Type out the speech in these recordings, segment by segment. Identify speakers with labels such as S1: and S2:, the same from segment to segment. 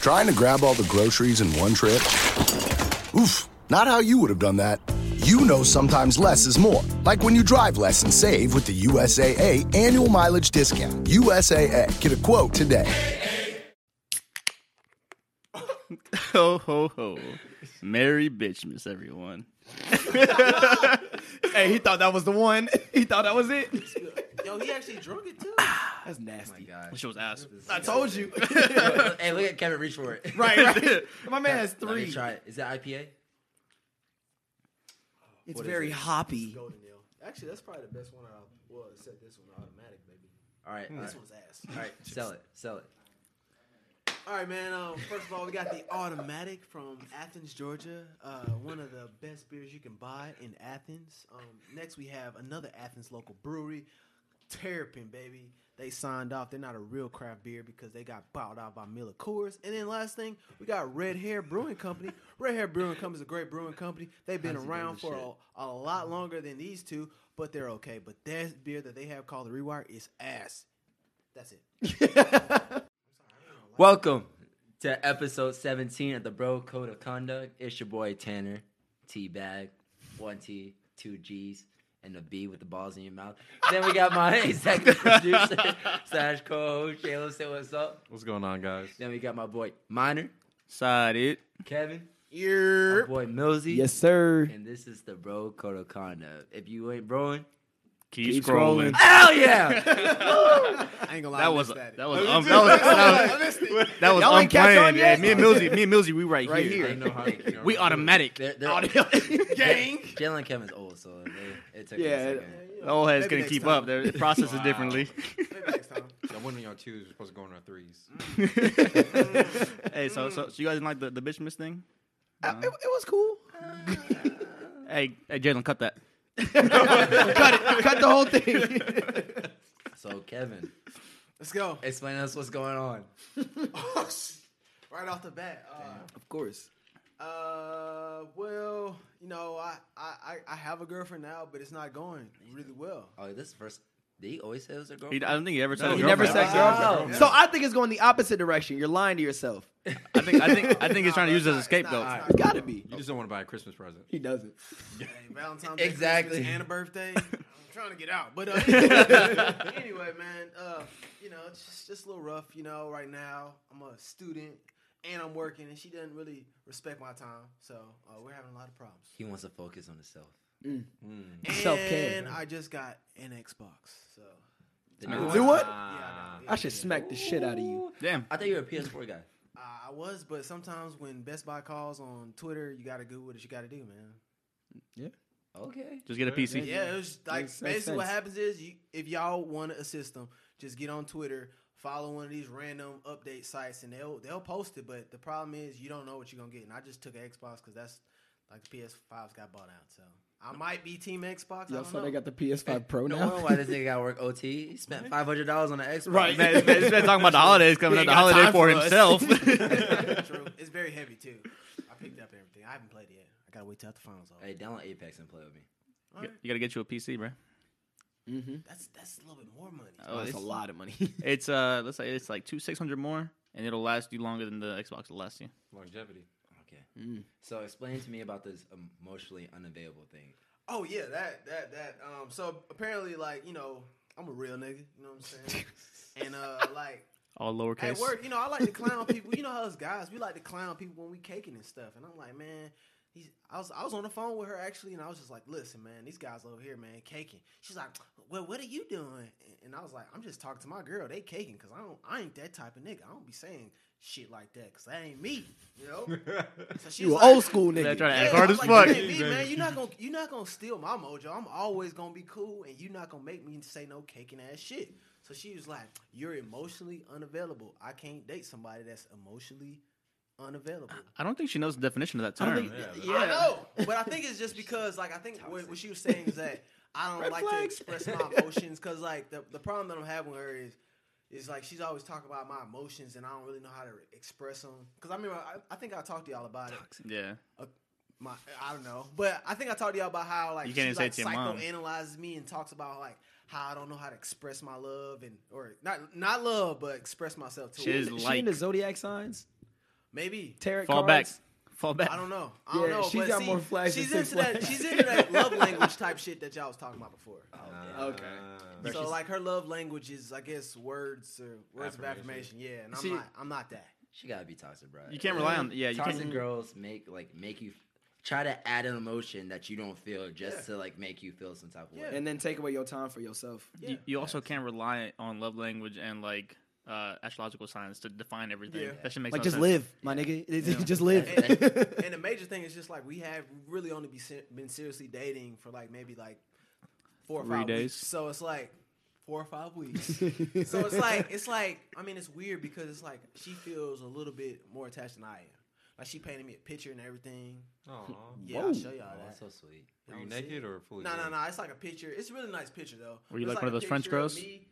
S1: Trying to grab all the groceries in one trip? Oof, not how you would have done that. You know sometimes less is more. Like when you drive less and save with the USAA annual mileage discount. USAA, get a quote today.
S2: Ho ho ho! Merry bitchmas, everyone.
S3: Hey, he thought that was the one. He thought that was it.
S4: Yo, he actually drunk it too.
S3: That's nasty.
S2: This shit was ass.
S3: I told you.
S4: hey, look at Kevin reach for it.
S3: right, right. My man has
S4: Let me
S3: three.
S4: try it. Is that IPA?
S3: It's
S4: What is
S3: very
S4: it?
S3: hoppy.
S5: Golden Ale. Actually, that's probably the best one I well, except this one automatic, baby.
S4: All right.
S3: Hmm.
S4: All right.
S5: This one's ass.
S4: All right. Sell it. Sell it.
S5: All right, man. Um, first of all, we got the automatic from Athens, Georgia. Uh, one of the best beers you can buy in Athens. Um, next, we have another Athens local brewery, Terrapin, baby. They signed off. They're not a real craft beer because they got bought out by Miller Coors. And then last thing, we got Red Hair Brewing Company. Red Hair Brewing Company is a great brewing company. They've been
S2: How's he doing
S5: around
S2: this
S5: for
S2: shit?
S5: a, a lot longer than these two, but they're okay. But that beer that they have called the Rewire is ass. That's it.
S4: Welcome to episode 17 of the Bro Code of Conduct. It's your boy Tanner, T Bag, one T, two G's, and a B with the balls in your mouth. Then we got my executive producer slash co-host Caleb. Say what's up.
S6: What's going on, guys?
S4: Then we got my boy Minor,
S2: Side it.
S4: Kevin,
S5: You're
S4: my boy Millsy,
S3: sir.
S4: and this is the Bro Code of Conduct. If you ain't broing,
S2: Keep, scrolling.
S4: hell yeah!
S5: I ain't gonna lie. I
S2: That was
S5: missed
S2: that was um, that was that was, that was
S5: Y'all ain't catch on
S2: unplanned. Yeah,
S5: yet?
S2: me and Millsy, me and Millsy, we right,
S5: Right
S2: here.
S4: Ain't no hard to-
S2: We automatic.
S4: They're- they're-
S5: gang.
S4: Jalen Kevin's old, so they, it took
S3: Yeah,
S4: yeah, a second.
S2: The old head's
S5: Maybe
S2: gonna
S5: next
S2: keep
S5: time.
S2: up. They're processing differently.
S5: Maybe next time.
S6: Y'all winning y'all twos. We're supposed to go on our threes.
S2: hey, so, so so you guys didn't like the the bitchmas thing?
S5: Uh, it, it was cool.
S2: Hey, hey, Jalen, cut that.
S5: Cut the whole thing.
S4: So Kevin,
S5: Let's go. Oh,
S4: explain to us what's going on.
S5: right off the bat. Uh,
S3: Of course.
S5: Uh, well, you know, I, I, I- I have a girlfriend now, but it's not going really well.
S4: Oh, this is the first. Did he always say it was a girl?
S2: He, I don't think he ever said.
S3: He
S2: a
S3: never said
S2: girlfriend.
S3: girlfriend.
S4: Wow.
S3: So I think it's going the opposite direction. You're lying to yourself.
S2: I think I think I think he's trying to
S5: Nah,
S2: use it as a
S5: it's not- it's
S2: scapegoat.
S5: not- it's
S3: It's got to be.
S6: You just don't want to buy a Christmas present.
S3: He doesn't.
S5: Hey, Valentine's Day,
S4: Exactly.
S5: Christmas, and a birthday. I'm trying to get out, but uh, anyway, man, uh, you know, it's just just a little rough, you know. Right now, I'm a student and I'm working, and she doesn't really respect my time, so uh, we're having a lot of problems.
S4: he wants to focus on himself.
S3: Self-care,
S5: And
S3: man.
S5: I just got an Xbox, so
S4: The new
S3: Do
S4: one?
S3: what?
S5: yeah, I, know, yeah,
S3: I should smack the shit out of you.
S2: Damn.
S4: I thought you were a PS4 guy.
S5: Uh, I was, but sometimes when Best Buy calls on Twitter, you gotta do what you gotta do, man.
S4: Okay.
S2: Just get a PC.
S5: Yeah, it was like
S3: Makes-
S5: basically
S3: makes
S5: what
S3: sense.
S5: happens is you, if y'all want a system, just get on Twitter, follow one of these random update sites, and they'll they'll post it. But the problem is you don't know what you're gonna get. And I just took an Xbox because that's like the PS5's got bought out, so I might be Team Xbox. I
S3: Yo,
S5: don't
S3: so
S5: know.
S3: they got the PS5 Pro
S4: No
S3: now.
S4: wonder why this nigga got work OT. He spent five hundred dollars on an Xbox.
S2: Right. Man, this man- this man talking about the holidays coming up. The holiday for himself.
S5: True. It's very heavy too. I picked up everything. I haven't played it yet. I gotta wait till after the finals. Over.
S4: Hey, download Apex and play with me.
S2: You gotta get you a PC, bro.
S5: That's that's a little bit more money.
S2: Oh,
S3: That's
S2: it's,
S3: a lot of money.
S2: It's uh, let's say it's like two six hundred more, and it'll last you longer than the Xbox will last you.
S6: Longevity.
S4: Okay.
S3: Mm.
S4: So explain to me about this emotionally unavailable thing.
S5: Oh yeah, that that that. Um, so apparently, like you know, I'm a real nigga. You know what I'm saying? and uh, like
S2: All
S5: at
S2: lowercase.
S5: work, you know, I like to clown people. You know how us guys, we like to clown people when we caking and stuff. And I'm like, man, he's, I was I was on the phone with her actually, and I was just like, listen, man, these guys over here, man, caking. She's like, well, what are you doing? And I was like, I'm just talking to my girl. They caking because I don't, I ain't that type of nigga. I don't be saying shit like that because that ain't me. You know. So she's
S3: You an
S5: like-
S3: old school
S2: They're
S3: nigga.
S2: trying to act
S5: yeah,
S2: hard
S5: I'm
S2: as
S5: like,
S2: fuck.
S5: you ain't me, man, you're not gonna you're not gonna steal my mojo. I'm always gonna be cool, and you're not gonna make me say no caking ass shit. So she was like, "You're emotionally unavailable. I can't date somebody that's emotionally unavailable."
S2: I don't think she knows the definition of that term.
S5: yeah, I know, but I think it's just because, like, I think what, what she was saying is that I don't like to express my emotions because, like, the the problem that I'm having with her is. Is like she's always talking about my emotions, and I don't really know how to express them. Cause I remember, I, I think I talked to y'all about it
S2: yeah.
S5: my I don't know, but I think I talked to y'all about how like
S2: You can't
S5: she
S2: even say
S5: like
S2: it to your mom.
S5: psychoanalyzes me and talks about like how I don't know how to express my love and or not not love but express myself to
S2: She
S5: her.
S2: is
S3: She
S2: like
S3: into zodiac signs?
S5: Maybe.
S3: Tarot
S2: Fall back.
S3: cards.
S2: Fall back.
S5: I don't know. I don't
S3: Yeah,
S5: know.
S3: she's
S5: but
S3: got
S5: see,
S3: more flags
S5: She's
S3: than Six
S5: into that.
S3: Flags.
S5: She's into that love language type shit that y'all was talking about before.
S3: Okay.
S2: Bro,
S5: so
S2: she's-
S5: like her love language is, I guess, words or words of
S6: Affirmation.
S5: affirmation. Yeah, and I'm
S2: See-
S5: not. I'm not that.
S4: She gotta be toxic, bro.
S2: You can't rely on. Yeah, you
S4: toxic
S2: can't.
S4: girls make like make you try to add an emotion that you don't feel just
S5: Yeah.
S4: to like make you feel some type of
S5: Yeah.
S4: way.
S3: And then take away your time for yourself.
S5: Yeah.
S2: You, you also can't rely on love language and like uh, astrological signs to define everything.
S5: Yeah.
S2: That should make
S3: Like,
S2: no
S3: just
S2: sense.
S3: live, my nigga. Just live.
S5: And, and the major thing is just like we have really only be ser- been seriously dating for like maybe like four or
S2: Three
S5: five
S2: days.
S5: weeks. So it's like four or five weeks. so it's like it's like I mean it's weird because it's like she feels a little bit more attached than I am. Like she painted me a picture and everything.
S6: Aww.
S5: Yeah, I'll show y'all
S4: Oh,
S5: that.
S4: that's so sweet.
S6: Were you
S5: Don't see
S6: naked
S5: it.
S6: or fully?
S5: No, no,
S6: clothed?
S5: no. It's like a picture. It's a really nice picture though.
S2: Were you
S5: It's
S2: like one of
S5: a
S2: those French
S5: picture of
S2: girls?
S5: me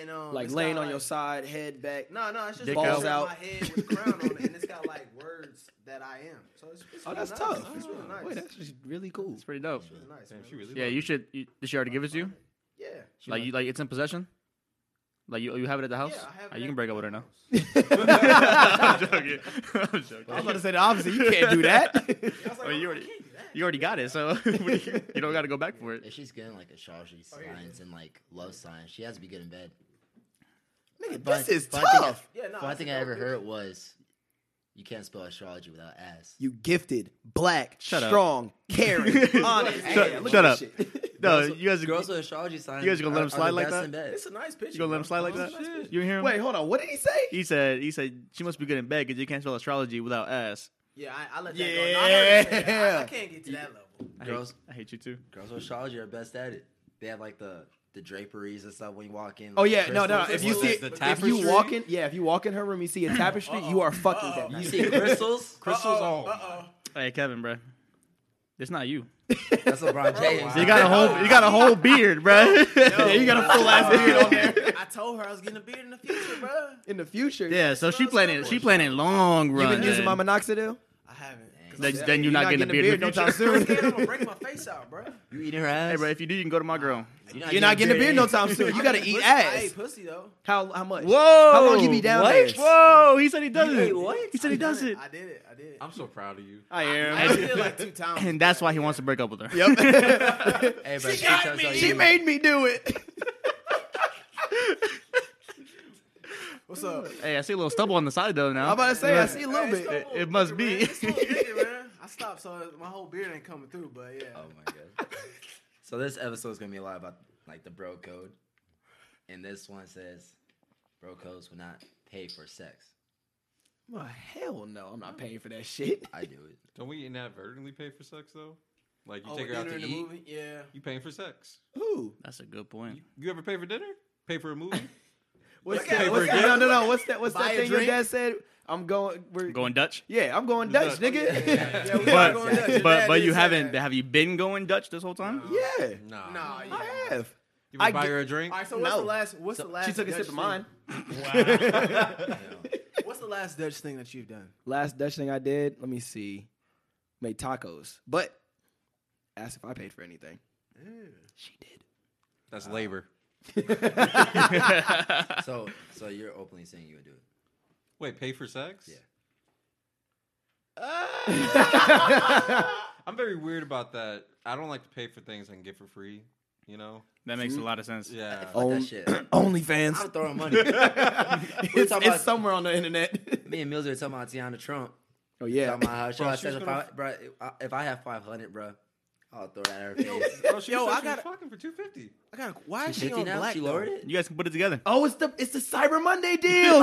S5: And um,
S3: Like
S5: it's
S3: laying
S5: got,
S3: on your
S5: like-
S3: side, head back.
S5: No, no, it's just
S2: Dick
S5: a picture
S2: out.
S5: of my head with a crown on it, and it's got like words that I am. So it's, it's
S3: Oh,
S5: really
S3: that's
S5: nice.
S3: tough.
S5: It's really nice.
S3: Wait, that's just really cool.
S2: It's pretty dope.
S5: It's really nice.
S6: Damn,
S5: man.
S6: she really.
S2: Yeah,
S6: loved
S2: you
S6: it.
S2: should. You, did she already give it to you?
S5: Yeah.
S2: Like you, like it's in possession. Like you, you have it at the house.
S5: Yeah, I have
S2: Ah,
S5: it
S2: you
S5: at
S2: can break up with her
S5: my
S2: now.
S5: house.
S2: I'm joking. I'm
S3: I was
S2: joking.
S3: about to say the opposite. You can't do that.
S5: I was like,
S2: Oh, you
S5: oh, I
S2: already-
S5: can't do that.
S2: You already got it, so what do you, you don't got to go back for it.
S4: If she's getting like astrology
S2: Oh,
S5: here it
S4: signs and like love signs, she has to be good in bed.
S3: Nigga,
S4: But-
S3: this is
S4: but I think I-
S3: tough.
S5: Yeah, no.
S4: Funny
S5: it's
S4: thing
S5: a
S4: I
S5: dope
S4: ever
S5: picture.
S4: heard was, "You can't spell astrology without ass."
S3: You gifted, black,
S2: Shut up.
S3: strong, caring, honest.
S4: Shut-
S3: man. Look
S2: shut
S3: at this shit.
S2: No, you guys,
S4: Girls with astrology signs.
S2: guys gonna let
S4: are-
S2: him
S4: are the
S2: slide like
S4: best
S2: that?
S4: in bed.
S5: It's a nice picture.
S2: you gonna let him
S5: bro.
S2: slide
S3: Oh,
S2: like that? You hear him?
S3: Wait, hold on. What did he say?
S2: He said, he said she must be good in bed because you can't spell astrology without ass.
S5: Yeah, I, I let that go. No, I, heard you say that. I, I
S3: Yeah.
S5: can't get to that level.
S2: I
S4: Girls-
S2: hate, I hate you too.
S4: Girls with astrology are best at it. They have like the the draperies and stuff when you walk in.
S3: Oh
S4: like,
S3: yeah, no, no.
S4: crystals
S3: If you
S4: and
S3: see,
S6: The
S3: it, if
S6: tapestry?
S3: you walk in, yeah, if you walk in her room, you see a tapestry. You are fucking
S5: Uh-oh.
S3: that.
S4: stuff.
S3: bitch.
S4: you see crystals,
S6: Crystals on.
S5: Uh oh.
S2: Hey, Kevin, bro. It's not you.
S4: that's LeBron James.
S2: You got a whole, you got a whole beard, bro.
S3: Yeah, you got a full ass beard on there.
S5: I told her I was getting a beard in the future, bro.
S3: In the future,
S2: Yeah, so she planning, she planning long
S3: you
S2: run.
S3: been using my
S2: then.
S3: minoxidil.
S5: I haven't. 'Cause
S2: Then-
S5: I'm scared.
S2: then you're not getting a beard. in the
S3: no time
S2: future.
S5: I'm scared I'm
S3: soon.
S5: gonna break my face out, bro.
S4: You eating her ass?
S2: Hey, bro, if you do, you can go to my girl.
S3: You're not getting a beard no time soon. You gotta
S5: I
S3: eat
S5: pussy- I
S3: ass.
S5: ate pussy though.
S3: How how much?
S2: Whoa!
S3: How long you be down there?
S2: Whoa! He said he does
S4: You
S2: it.
S4: ate what?
S2: He said
S5: I
S2: he
S5: done
S2: does it.
S5: I did it. I did it.
S6: I'm so proud of you.
S3: I
S5: I
S3: am.
S5: did it like two times.
S2: And that's why he wants to break up with her.
S3: Yep.
S4: Hey, bro,
S5: She
S4: she,
S5: got
S4: tells
S5: me.
S4: y'all
S3: she
S4: you-
S3: made me do it.
S5: What's up?
S2: Hey, I see a little stubble on the side though now.
S3: I'm about to say I
S2: Yeah.
S3: see a little
S5: Hey, it's
S3: bit.
S5: still a
S2: It must be.
S5: bigger, Man. It's still bigger, man. I stopped, so my whole beard ain't coming through. But yeah,
S4: Oh my god. so this episode is gonna be a lot about like the bro code, and this one says, "Bro codes will not pay for sex."
S3: Well, hell no, I'm not paying for that shit.
S4: I do it.
S6: Don't we inadvertently pay for sex though? Like you
S5: Oh,
S6: take her
S5: with
S6: out
S5: dinner
S6: to
S5: in the
S6: eat.
S5: movie? Yeah.
S6: You paying for sex?
S3: Who?
S2: That's a good point.
S6: You, you ever pay for dinner? Pay for a movie?
S3: What's
S5: Look at
S3: that?
S5: it,
S3: What's
S5: look
S3: that?
S5: at
S3: No,
S5: it.
S3: no, no. What's that? What's
S5: Buy
S3: that
S5: a
S3: thing your
S5: drink?
S3: dad said? I'm going. We're
S2: Going Dutch,
S3: Yeah, I'm going Dutch, nigga.
S5: Yeah, yeah,
S2: but
S5: we gotta go in there. Your
S2: but
S5: dad
S2: but
S5: did
S2: you
S5: say
S2: haven't.
S5: that.
S2: Have you been going Dutch this whole time?
S3: Yeah,
S6: Nah.
S5: Nah, yeah.
S3: I have.
S6: You
S3: I
S6: ever buy
S3: get-
S6: her a drink?
S5: All right, so what's the
S3: No.
S5: last? What's the last?
S3: She took a
S5: Dutch
S3: sip of
S5: thing-
S3: mine.
S5: What's the last Dutch thing that you've done?
S3: Last Dutch thing I did, let me see, made tacos. But asked if I paid for anything. She did.
S6: That's labor.
S4: So, so you're openly saying you would do it.
S6: Wait, pay for sex?
S4: Yeah.
S6: Ah! I'm very weird about that. I don't like to pay for things I can get for free. You know?
S2: That makes a lot of sense.
S6: Yeah.
S4: Fuck that shit. I'm
S3: OnlyFans.
S4: throwing money. we were
S3: Oh. It's,
S4: talking
S3: it's
S4: about,
S3: somewhere on the internet.
S4: me and Mills are talking about Tiana Trump.
S3: oh yeah.
S4: Talking about how she
S6: Bro,
S4: always
S6: she's
S4: says, if,
S6: gonna-
S4: I, bro, if I have 500, bro, I'll throw that at her
S5: Yo,
S4: face.
S6: Bro, she
S5: yo,
S6: said
S5: I
S6: she
S5: got,
S6: was fucking for 250.
S5: I got. Why is she
S4: 50
S5: on
S4: now?
S5: black?
S4: she
S5: though?
S4: lowered it?
S2: You guys can put it together.
S3: Oh, it's the it's the Cyber Monday deals.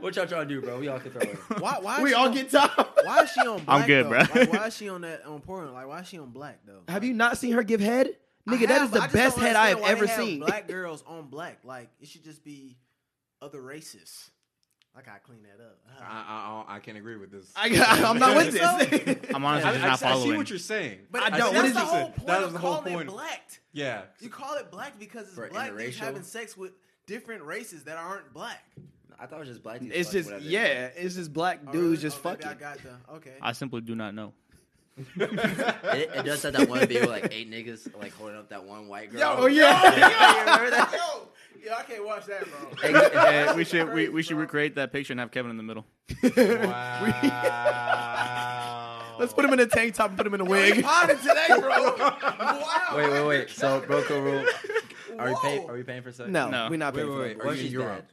S4: What y'all trying to do, bro? We all can throw it.
S5: Why? Why? is
S3: we
S5: she
S3: all
S5: on-
S3: get top.
S5: Why is she on? Black,
S2: good,
S5: though?
S2: bruh.
S5: Like, why is she on that on porn? Like, why is she on black though?
S3: Have you not seen her give head?
S5: I
S3: Nigga, that
S5: have,
S3: is
S5: but
S3: the
S5: I just
S3: best
S5: don't
S3: head I have
S5: understand why
S3: ever
S5: they
S3: seen.
S5: Black girls on black. Like, it should just be other races. I gotta clean that up.
S6: I, I, I, I can't agree with this.
S3: I, am not with this.
S2: I'm honestly
S6: I,
S2: just not
S6: I- I
S2: following.
S6: see what you're saying.
S5: but
S3: I don't.
S5: That's
S3: What
S5: the
S3: is it?
S5: whole point.
S6: That
S5: of
S6: was the whole
S5: calling it
S6: point.
S5: Blacked.
S6: yeah.
S5: You call it black because it's
S4: For
S5: black dudes
S4: interracial?
S5: having sex with different races that aren't black.
S4: I thought it was just black dudes.
S3: It's
S4: fucking
S3: just
S4: whatever they
S3: yeah, it's just black
S5: Oh,
S3: dudes
S5: really?
S3: just
S5: Oh, maybe I
S3: fucking.
S5: got the okay.
S2: I simply do not know.
S4: like. It, it does have Oh, that one video with like eight niggas like holding up that one white girl.
S3: yeah.
S4: You remember that?
S5: yo, Yo, I can't watch that, bro.
S2: Hey, we should we, we should recreate that picture and have Kevin in the middle.
S6: Wow.
S7: Let's put him in a tank top and put him in a wig.
S5: Potted today, bro. Wow.
S4: Wait, wait, wait. So Broco rule. Are we paying? Are we paying for sex?
S3: No,
S2: No.
S3: we're not
S6: Wait,
S3: paying
S6: wait,
S3: for
S6: wait.
S3: that.
S6: Are
S4: Or
S6: you
S4: she's
S6: in Europe?
S4: dead.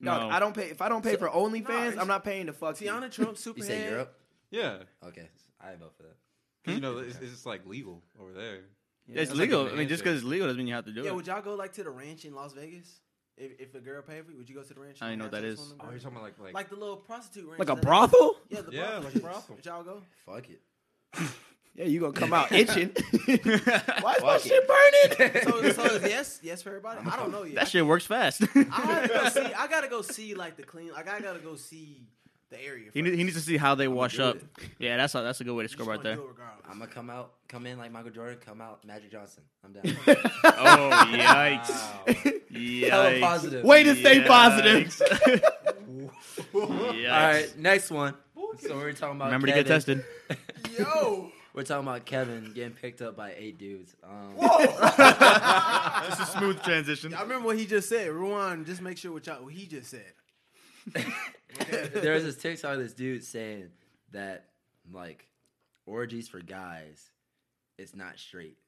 S3: No, I don't pay. If I don't pay for OnlyFans,
S5: it's-
S3: I'm not paying to fuck. you.
S5: Tiana Trump, super.
S4: You say Europe?
S6: Yeah.
S4: Okay, I vote for that.
S6: 'Cause, You know, it's, it's just, like legal over there.
S2: it's
S6: like
S2: legal.
S6: an
S2: I mean, just
S6: answer.
S2: because it's legal doesn't mean you have to do
S5: Yeah,
S2: it.
S5: would y'all go like to the ranch in Las Vegas? If, if a girl paid for you, would you go to the ranch?
S2: I
S5: and
S2: know
S5: have
S2: what that is.
S5: sex on the
S6: Oh,
S5: ground?
S6: you're talking about like like,
S5: Like the little prostitute ranch.
S3: Like a
S5: that they-
S3: brothel?
S5: Yeah, the
S6: Yeah,
S5: brothel.
S6: like a
S5: shits.
S6: brothel.
S5: Would y'all go?
S4: Fuck it.
S3: Yeah, you gonna come out itching? Why is my
S4: Fuck
S3: shit burning?
S5: So, so is yes, yes for everybody. I don't know yet.
S2: That shit works fast.
S5: I gotta go see. I gotta go see like the clean. Like I gotta go see the area.
S2: he, need, he needs to see how they wash up. Yeah, that's a, that's a good way to score right there.
S4: I'm gonna come out, come in like Michael Jordan, come out Magic Johnson. I'm down.
S2: Oh yikes!
S4: Hella
S2: yikes!
S4: positive.
S7: Way to stay positive.
S2: Yikes.
S4: All right, next one. So we we're talking about
S2: Remember to
S4: Kevin.
S2: get tested.
S5: Yo,
S4: We're talking about Kevin getting picked up by eight dudes. Um,
S2: It's a smooth transition.
S5: I remember what he just said. Ruan, just make sure what y'all what he just said.
S4: there was this TikTok of this dude saying that like orgies for guys, it's not straight.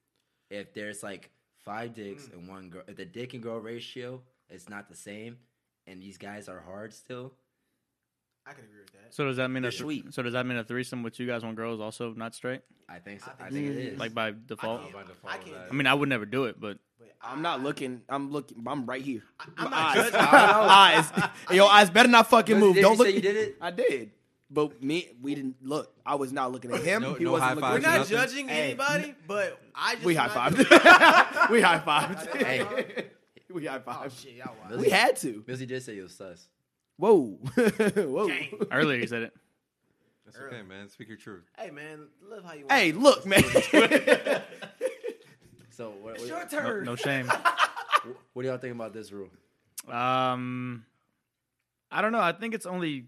S4: If there's like five dicks and one girl, if the dick and girl ratio is not the same, and these guys are hard still,
S5: I can agree with that.
S2: So does that mean a
S4: They're sweet.
S2: so does that mean a threesome with two guys, one girl is also not straight?
S4: I think so.
S5: I
S4: I
S5: think
S4: think it
S5: it
S4: is.
S2: Like by
S5: I
S2: default.
S5: can't.
S6: by default,
S5: I can't.
S6: that-
S2: I mean, I would never do it, but
S5: but
S3: I'm
S5: I-
S3: not looking. I'm looking. I'm right here.
S5: I'm
S3: My
S5: not
S3: eyes.
S5: judging.
S7: eyes. Yo, eyes better not fucking
S4: Did-
S7: move.
S4: did
S7: Don't
S4: you
S7: look.
S4: Say you did it.
S3: I did, but me, we didn't look. I was not looking at him.
S6: No-
S7: He
S6: no
S7: wasn't
S6: high
S7: looking-
S6: fives,
S5: We're not
S6: nothing.
S5: judging
S3: Hey.
S5: anybody, but I just
S7: We high
S5: not
S7: fived. we high fived.
S4: Hey.
S7: We high
S5: Oh
S7: fived.
S5: shit, y'all wild.
S4: Really?
S3: We had to.
S4: Millsy did say you was sus.
S3: Whoa, whoa.
S2: earlier you said it.
S6: that's okay, man. Speak your truth.
S5: Hey man, live how you want.
S7: Hey, look, man.
S4: So what,
S5: it's your
S4: what,
S2: No,
S5: turn.
S2: no shame.
S4: what do y'all think about this rule?
S2: Um, I don't know. I think it's only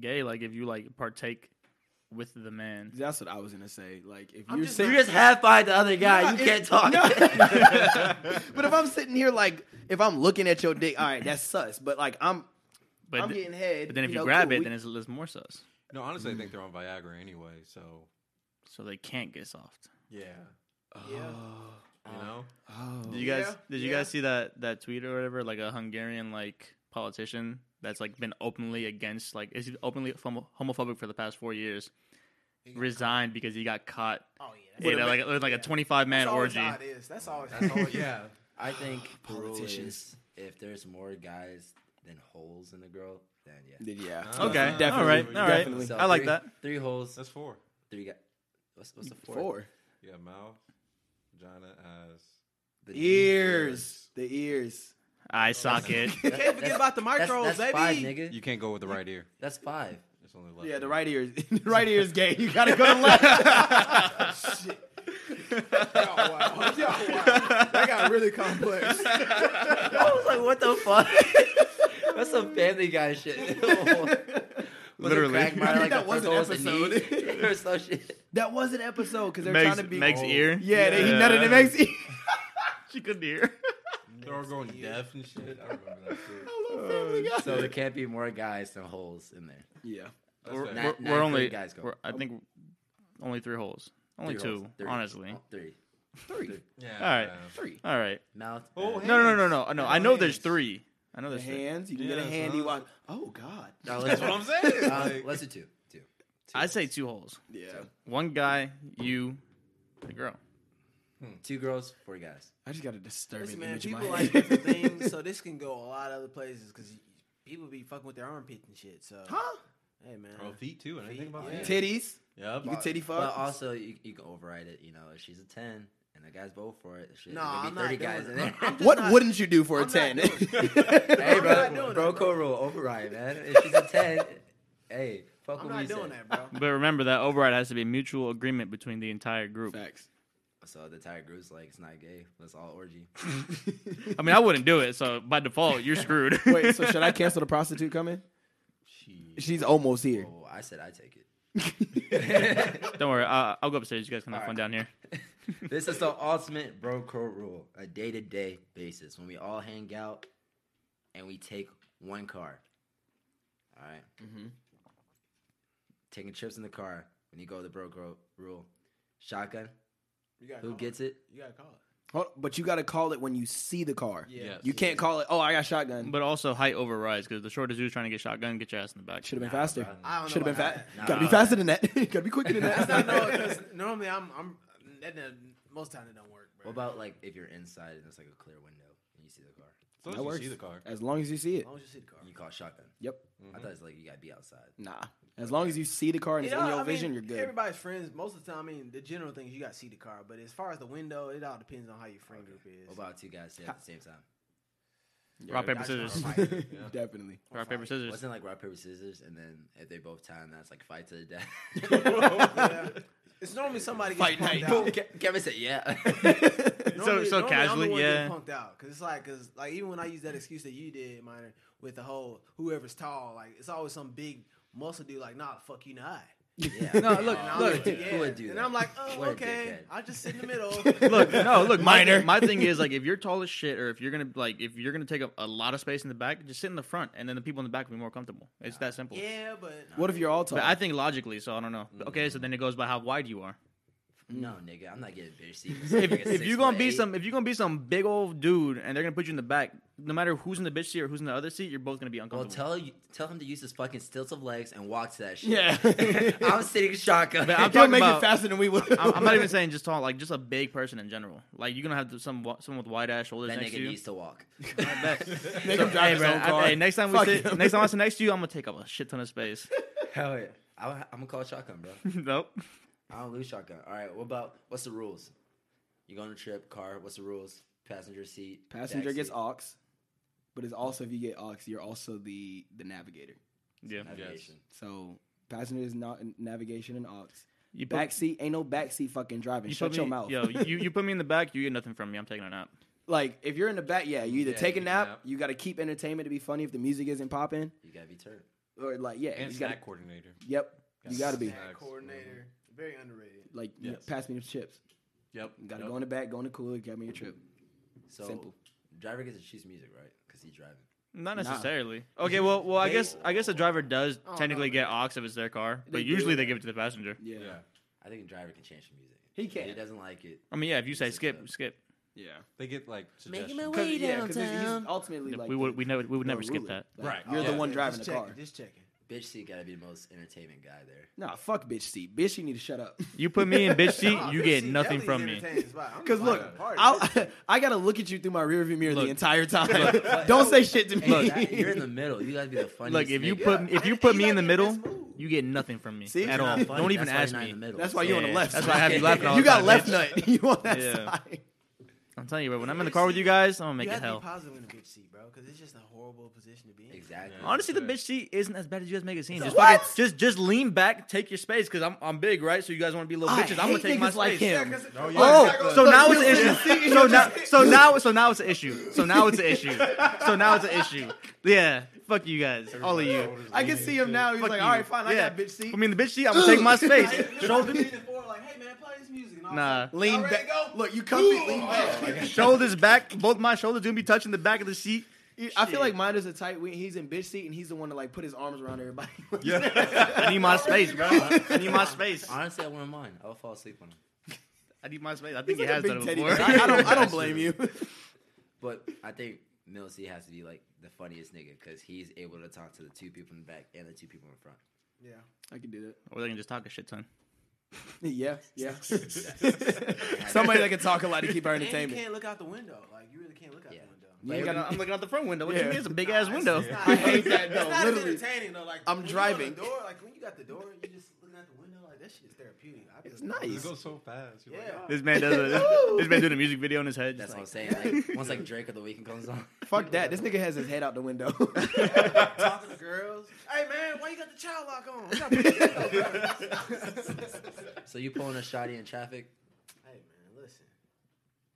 S2: gay like if you like partake with the man.
S3: That's what I was gonna say. Like if
S5: I'm
S3: you're
S5: just
S3: sitting,
S4: You just half by the other guy.
S3: Nah,
S4: you
S3: it-
S4: can't talk.
S3: but if I'm sitting here, like if I'm looking at your dick, all right, that's sus. But like I'm,
S2: But,
S3: I'm
S2: th-
S3: getting head.
S2: but then if you,
S3: know,
S2: grab
S3: cool,
S2: it,
S3: we-
S2: then it's, it's more sus.
S6: No, honestly, I think they're on Viagra anyway. So
S2: So they can't get soft.
S6: yeah,
S5: Yeah.
S6: Uh, you know.
S3: Oh.
S2: Did you guys
S5: Yeah,
S2: did you
S5: yeah.
S2: guys see that that tweet or whatever? Like a Hungarian like politician that's like been openly against like is openly homo- homophobic for the past four years. Resigned because he got caught
S5: Oh yeah. That's
S2: in a, like, a- like a twenty five man
S5: that's always
S2: orgy.
S5: how it is. That's always how
S6: That's
S5: it
S3: Oh,
S6: all,
S5: is.
S6: yeah.
S4: I think the rule
S3: Politicians.
S4: is if there's more guys than holes in the girl, then yeah.
S3: Then yeah.
S6: Uh,
S2: Okay,
S6: Definitely,
S2: all right, all right.
S3: definitely.
S4: So
S2: I like
S4: three-
S2: that.
S4: Three holes,
S6: That's four.
S4: three guys. What's, what's the fourth?
S3: Four.
S6: Yeah, mouth, vagina, eyes.
S4: The
S3: Ears. The ears.
S2: Eye socket.
S4: That-
S5: Can't forget
S4: that's-
S5: about the
S4: that's-
S5: micros,
S4: that's
S5: baby.
S4: Five, nigga.
S6: You can't go with the right ear.
S4: That's five.
S6: It's only left.
S3: Yeah, the
S6: ear.
S3: right ears. the right ear's gay. You gotta go to left.
S5: Y'all wild. Y'all wild. That got really complex.
S4: I was like, what the fuck? that's some Family Guy shit.
S2: Literally.
S4: Mine, like
S3: That
S4: the
S3: was
S4: first
S3: an
S4: hole is the knee or some shit.
S3: that was an episode because they're
S2: Meg's,
S3: trying to be.
S2: Meg's ear.
S3: Yeah, They, he
S2: Yeah.
S3: nutted e-, in Meg's ear.
S2: She couldn't hear.
S6: They're all going deaf and shit. I remember that shit.
S4: So there can't be more guys than holes in there.
S3: yeah.
S6: That's
S2: We're,
S6: fair.
S4: Nine-
S2: we're- we're
S4: nine
S2: only
S4: good guys go.
S2: we're- I think only three holes. Only
S4: Three
S2: two,
S4: holes. Three.
S2: honestly.
S4: Oh, Three.
S3: Three.
S6: yeah.
S2: All right.
S6: yeah.
S3: Three.
S2: All right.
S4: Mouth.
S6: Oh,
S4: back.
S6: hey.
S2: No, no, no, no, no. No, I know
S6: Hands.
S2: there's three. I know
S3: The
S2: there's three.
S3: hands. You can get
S6: Yeah,
S3: a handy
S6: son.
S3: one. Oh God.
S4: No,
S6: That's
S4: let's,
S6: what I'm saying.
S4: uh,
S6: Like,
S4: let's do two. Two.
S2: I'd say two holes.
S3: Yeah.
S2: One guy, you, the girl.
S4: Two girls, four guys.
S3: I just got a disturbing
S5: Listen, man,
S3: image in my
S5: people
S3: head.
S5: like different things, so this can go a lot of other places because people be fucking with their armpits and shit. So,
S3: huh?
S5: hey man,
S6: oh, feet too. I didn't think about
S5: Yeah.
S6: that.
S3: Titties.
S6: Yep.
S3: You can titty fuck.
S4: But also, you, you can override it. You know, if she's a ten and the guys vote for it, shit,
S5: No,
S4: there could
S5: I'm
S4: be
S5: not
S4: thirty
S5: doing
S4: guys
S5: it.
S4: in there.
S5: I'm just
S3: What
S5: not-
S3: wouldn't you do for a
S5: I'm not
S3: ten?
S5: doing
S4: hey,
S5: I'm
S4: bro,
S5: not doing
S4: bro,
S5: that,
S4: co
S5: bro.
S4: rule override, man. If she's a ten, hey, fuck
S5: I'm
S4: what we
S5: not doing that,
S4: said.
S5: bro.
S2: But remember that override has to be mutual agreement between the entire group.
S3: Facts.
S4: So the entire group's like, it's not gay. Let's all orgy.
S2: I mean, I wouldn't do it, so by default, you're screwed.
S3: Wait, so should I cancel the prostitute coming? She's almost here.
S4: Oh, I said I take it.
S2: Don't worry, I, I'll go upstairs. You guys can have
S4: All
S2: fun
S4: right.
S2: down here.
S4: This is the ultimate bro code rule, a day to day basis. When we all hang out, and we take one car. All right?
S5: Mm-hmm.
S3: Mhm.
S4: Taking trips in the car when you go the bro gro- rule. Shotgun.
S5: You gotta
S4: Who
S5: call
S4: gets it?
S5: You gotta call it.
S3: Hold- but you got to call it when you see the car.
S5: Yeah.
S6: Yes.
S3: You can't call it. Oh, I got shotgun.
S2: But also height overrides because the shorter dude's trying to get shotgun, get your ass in the back.
S3: Should have been
S4: Nah,
S3: faster.
S4: bro.
S5: I don't know
S3: Should have been
S5: about
S3: fast.
S4: that.
S3: Gotta be
S4: Nah.
S3: faster than that. Gotta be quicker than
S5: That's not no,
S3: that.
S5: 'cause normally I'm I'm that, that, most times it don't work. Bro.
S4: What about like if you're inside and there's like a clear window and you see the car?
S6: So
S3: That
S6: you
S3: works.
S6: see the car.
S3: As long as you see
S5: as
S3: it.
S5: long as you see the car?
S4: You call shotgun.
S3: Yep.
S4: I
S2: Mm-hmm.
S4: thought it's like you gotta be outside.
S3: Nah. As long as you see the car and it's
S5: You
S3: in
S5: know,
S3: your
S5: I
S3: vision,
S5: mean,
S3: you're good.
S5: Everybody's friends. Most of the time, I mean, the general thing is you gotta see the car, but as far as the window, it all depends on how your friend group is.
S4: What about two guys there at the same time?
S2: Rock paper
S5: That's not
S2: scissors.
S5: right.
S3: Definitely.
S2: Rock paper scissors.
S4: Wasn't it, like rock paper scissors, and then if they both tie, that's like fight to the death.
S5: yeah. It's normally somebody gets
S2: Fight
S5: punked
S2: night.
S5: out.
S4: Ke- Kevin said, "Yeah."
S2: so
S5: Normally- normally I'm the
S2: casually,
S5: one getting
S2: yeah.
S5: Punked out because it's like because like even when I use that excuse that you did, minor, with the whole whoever's tall, like it's always some big muscle dude like, nah, fuck you not.
S4: yeah.
S5: No, look,
S4: Aw,
S5: no,
S4: who
S5: look,
S4: would do- who would do
S5: and
S4: that?
S5: I'm like, oh,
S4: What a
S5: okay,
S4: dickhead.
S5: I'll just sit in the middle.
S2: Look, no, look,
S3: Minor.
S2: minor. My, thing is like if you're tall as shit, or if you're gonna like if you're gonna take up a lot of space in the back, just sit in the front, and then the people in the back will be more comfortable. It's that simple.
S5: yeah, but
S3: What if you're all tall?
S2: But I think logically, so I don't know. Okay, so then it goes by how wide you are.
S4: no, nigga, I'm not getting bitch seat.
S2: If, if you're gonna be some, if you're gonna be some big old dude, and they're gonna put you in the back, no matter who's in the bitch seat or who's in the other seat, you're both gonna be
S4: well,
S2: uncomfortable.
S4: tell you, tell him to use his fucking stilts of legs and walk to that shit.
S3: Yeah.
S4: I'm sitting shotgun.
S2: But I'm
S3: You'll
S2: talking
S3: make it
S2: about-
S3: faster than we would.
S2: I'm, I'm not even saying just tall, like just a big person in general. Like you're gonna have to, some wa- someone with wide ass shoulders
S4: that
S2: next to
S4: nigga
S2: you.
S4: needs to walk.
S3: Make him drive
S2: hey,
S3: his
S2: bro,
S3: own car.
S2: I- hey, next time we
S3: Fuck
S2: sit,
S3: him.
S2: next time I sit next to you, I'm gonna take up a shit ton of space. Oh,
S4: Hell yeah, I, am gonna call shotgun, bro.
S2: nope.
S4: I don't lose shotgun. All right, what about what's the rules? You go on a trip, car. What's the rules? Passenger seat.
S3: Passenger
S4: back
S3: gets
S4: seat.
S3: aux, but it's also if you get aux, you're also the the navigator.
S2: Yeah.
S4: Navigation.
S3: So passenger is not in- navigation and aux.
S2: You put-
S3: Backseat ain't no backseat fucking driving.
S2: you
S3: Shut
S2: put
S3: your
S2: me-
S3: mouth.
S2: Yo, you, you put me in the back, you get nothing from me. I'm taking a nap.
S3: like if you're in the back, yeah, you either
S6: Yeah,
S3: take a
S6: you
S3: nap,
S6: nap.
S3: You got to keep entertainment to be funny if the music isn't popping,
S4: You gotta be turned.
S3: or like yeah,
S6: And
S3: you gotta,
S6: snack coordinator.
S3: Yep, you gotta be
S6: Snacks.
S5: coordinator, very underrated.
S3: like you know,
S6: Yes.
S3: pass me the chips.
S6: Yep.
S3: You gotta go in the back, go in the cooler, get me your trip.
S4: So
S3: Simple.
S4: driver gets to choose music, right? Because he's driving.
S2: Not necessarily. Okay, well, well, I guess I guess the driver does technically get aux if it's their car, but
S3: They do.
S2: usually they give it to the passenger.
S3: Yeah,
S6: Yeah.
S4: I think the driver can change the music.
S3: He
S4: If
S3: can.
S4: He doesn't like it.
S2: I mean, yeah, if you say
S4: Yes,
S2: skip,
S4: it's, uh,
S2: skip.
S3: yeah.
S6: They get like suggestions.
S3: Cause, yeah, 'cause he's- he's ultimately like
S2: we
S3: the-
S2: would we never we would
S3: the
S2: never skip
S3: ruler.
S2: that.
S3: Like,
S6: Right.
S3: You're the
S6: Yeah.
S3: one
S5: Just
S3: driving the
S5: checking,
S3: car.
S5: Just checking.
S4: Bitch seat gotta be the most entertainment guy there.
S3: Nah, fuck bitch seat. Bitch, you need to shut up.
S2: You put me in bitch seat,
S5: Nah,
S2: you
S5: bitch,
S2: get
S5: she
S2: nothing
S5: definitely
S2: from
S5: is
S2: me.
S5: entertaining as well. I'm
S3: Because
S5: like
S3: look,
S5: a party.
S3: I'll, I gotta look at you through my rearview mirror the
S2: Look.
S3: entire time. Don't say shit to me.
S4: Hey, that- you're in the middle. You gotta be the funniest.
S2: Look, if you
S4: nigga.
S2: put if
S5: And-
S2: you
S5: and
S2: put
S5: you
S2: me
S5: gotta
S2: in the
S5: be the best
S2: middle,
S5: move.
S2: you get nothing from me
S3: See?
S2: at
S4: You're not
S2: all.
S4: funny.
S2: Don't even
S4: That's why
S2: ask
S4: you're not in
S2: me.
S4: the middle.
S3: That's why you're on the
S2: Yeah,
S3: left.
S2: that's why I have you laughing all
S3: You
S2: the
S3: got
S2: time,
S3: left
S2: bitch.
S3: nut. You on that
S2: Yeah.
S3: side?
S2: I'm telling you, bro. When I'm in the car with you guys, I'm gonna make
S5: you
S2: it
S5: have to
S2: hell.
S5: be positive in a bitch seat, bro, because it's just a horrible position to be in.
S4: Exactly.
S6: Yeah.
S2: Honestly, the bitch seat isn't as bad as you guys make it seem. Just
S3: What?
S2: fucking, just just lean back, take your space, cause I'm I'm big, right? So you guys want to be little
S3: I
S2: bitches? I'm gonna
S3: hate
S2: take my
S3: niggas like
S2: space.
S3: him.
S2: Oh, so now it's an issue. So now, so now, so now it's an issue. So now it's an issue. So now it's an issue. Yeah, fuck you guys, all of you.
S3: I can see him now. He's
S2: Fuck
S3: like,
S2: you.
S3: all right, fine. I
S2: Yeah.
S3: got bitch seat.
S2: I mean, the bitch seat. I'm gonna take my space.
S5: Shoulder me the floor, like, hey man, play this music. And all
S2: Nah.
S3: Lean
S5: ready
S3: back.
S5: to go?
S3: Look, you comfy. Lean back.
S2: Shoulders back. Both my shoulders gonna be touching the back of the seat.
S3: I feel like mine is a tight. wing. He's in bitch seat, and he's the one to like put his arms around everybody.
S2: I need my space, bro. I need my space.
S4: Honestly, I wouldn't mind. I would fall asleep on him.
S2: I need my space. I
S3: He's
S2: think he
S3: like a
S2: has
S3: big
S2: done it
S3: teddy
S2: before.
S3: bear. I, I don't. I don't blame you.
S4: But I think middle seat has to be like the funniest nigga because he's able to talk to the two people in the back and the two people in front.
S5: Yeah.
S3: I can do
S2: Or they can just talk a shit ton.
S3: that. Yeah, yeah. Somebody that can talk a lot to keep our
S5: And you
S3: entertainment.
S5: can't look out the window. Like, you really can't look out
S4: Yeah.
S5: the window.
S3: You ain't gotta-
S2: I'm looking out the front window. What
S3: Yeah.
S2: you mean? It's a big ass window.
S5: It's not-
S3: I hate that
S5: It's
S3: though.
S5: not as
S3: Literally,
S5: entertaining though. Like
S3: I'm
S5: when you
S3: driving.
S5: On the door, like when you got the door, you just looking out the window. Like that shit is therapeutic. I
S3: it's
S5: just-
S6: It
S3: nice.
S6: goes so fast. You're like,
S5: Yeah.
S2: This man does a this man doing a music video in his head.
S4: That's
S2: just
S4: what I'm
S2: like,
S4: saying. Like once like Drake of the Weekend comes on,
S3: Fuck that. This nigga has his head out the window.
S5: Talking to girls. Hey man, why you got the child lock on? We gotta put the
S6: "Oh,
S5: window down.
S4: so you pulling a shotty in traffic
S5: hey man, listen.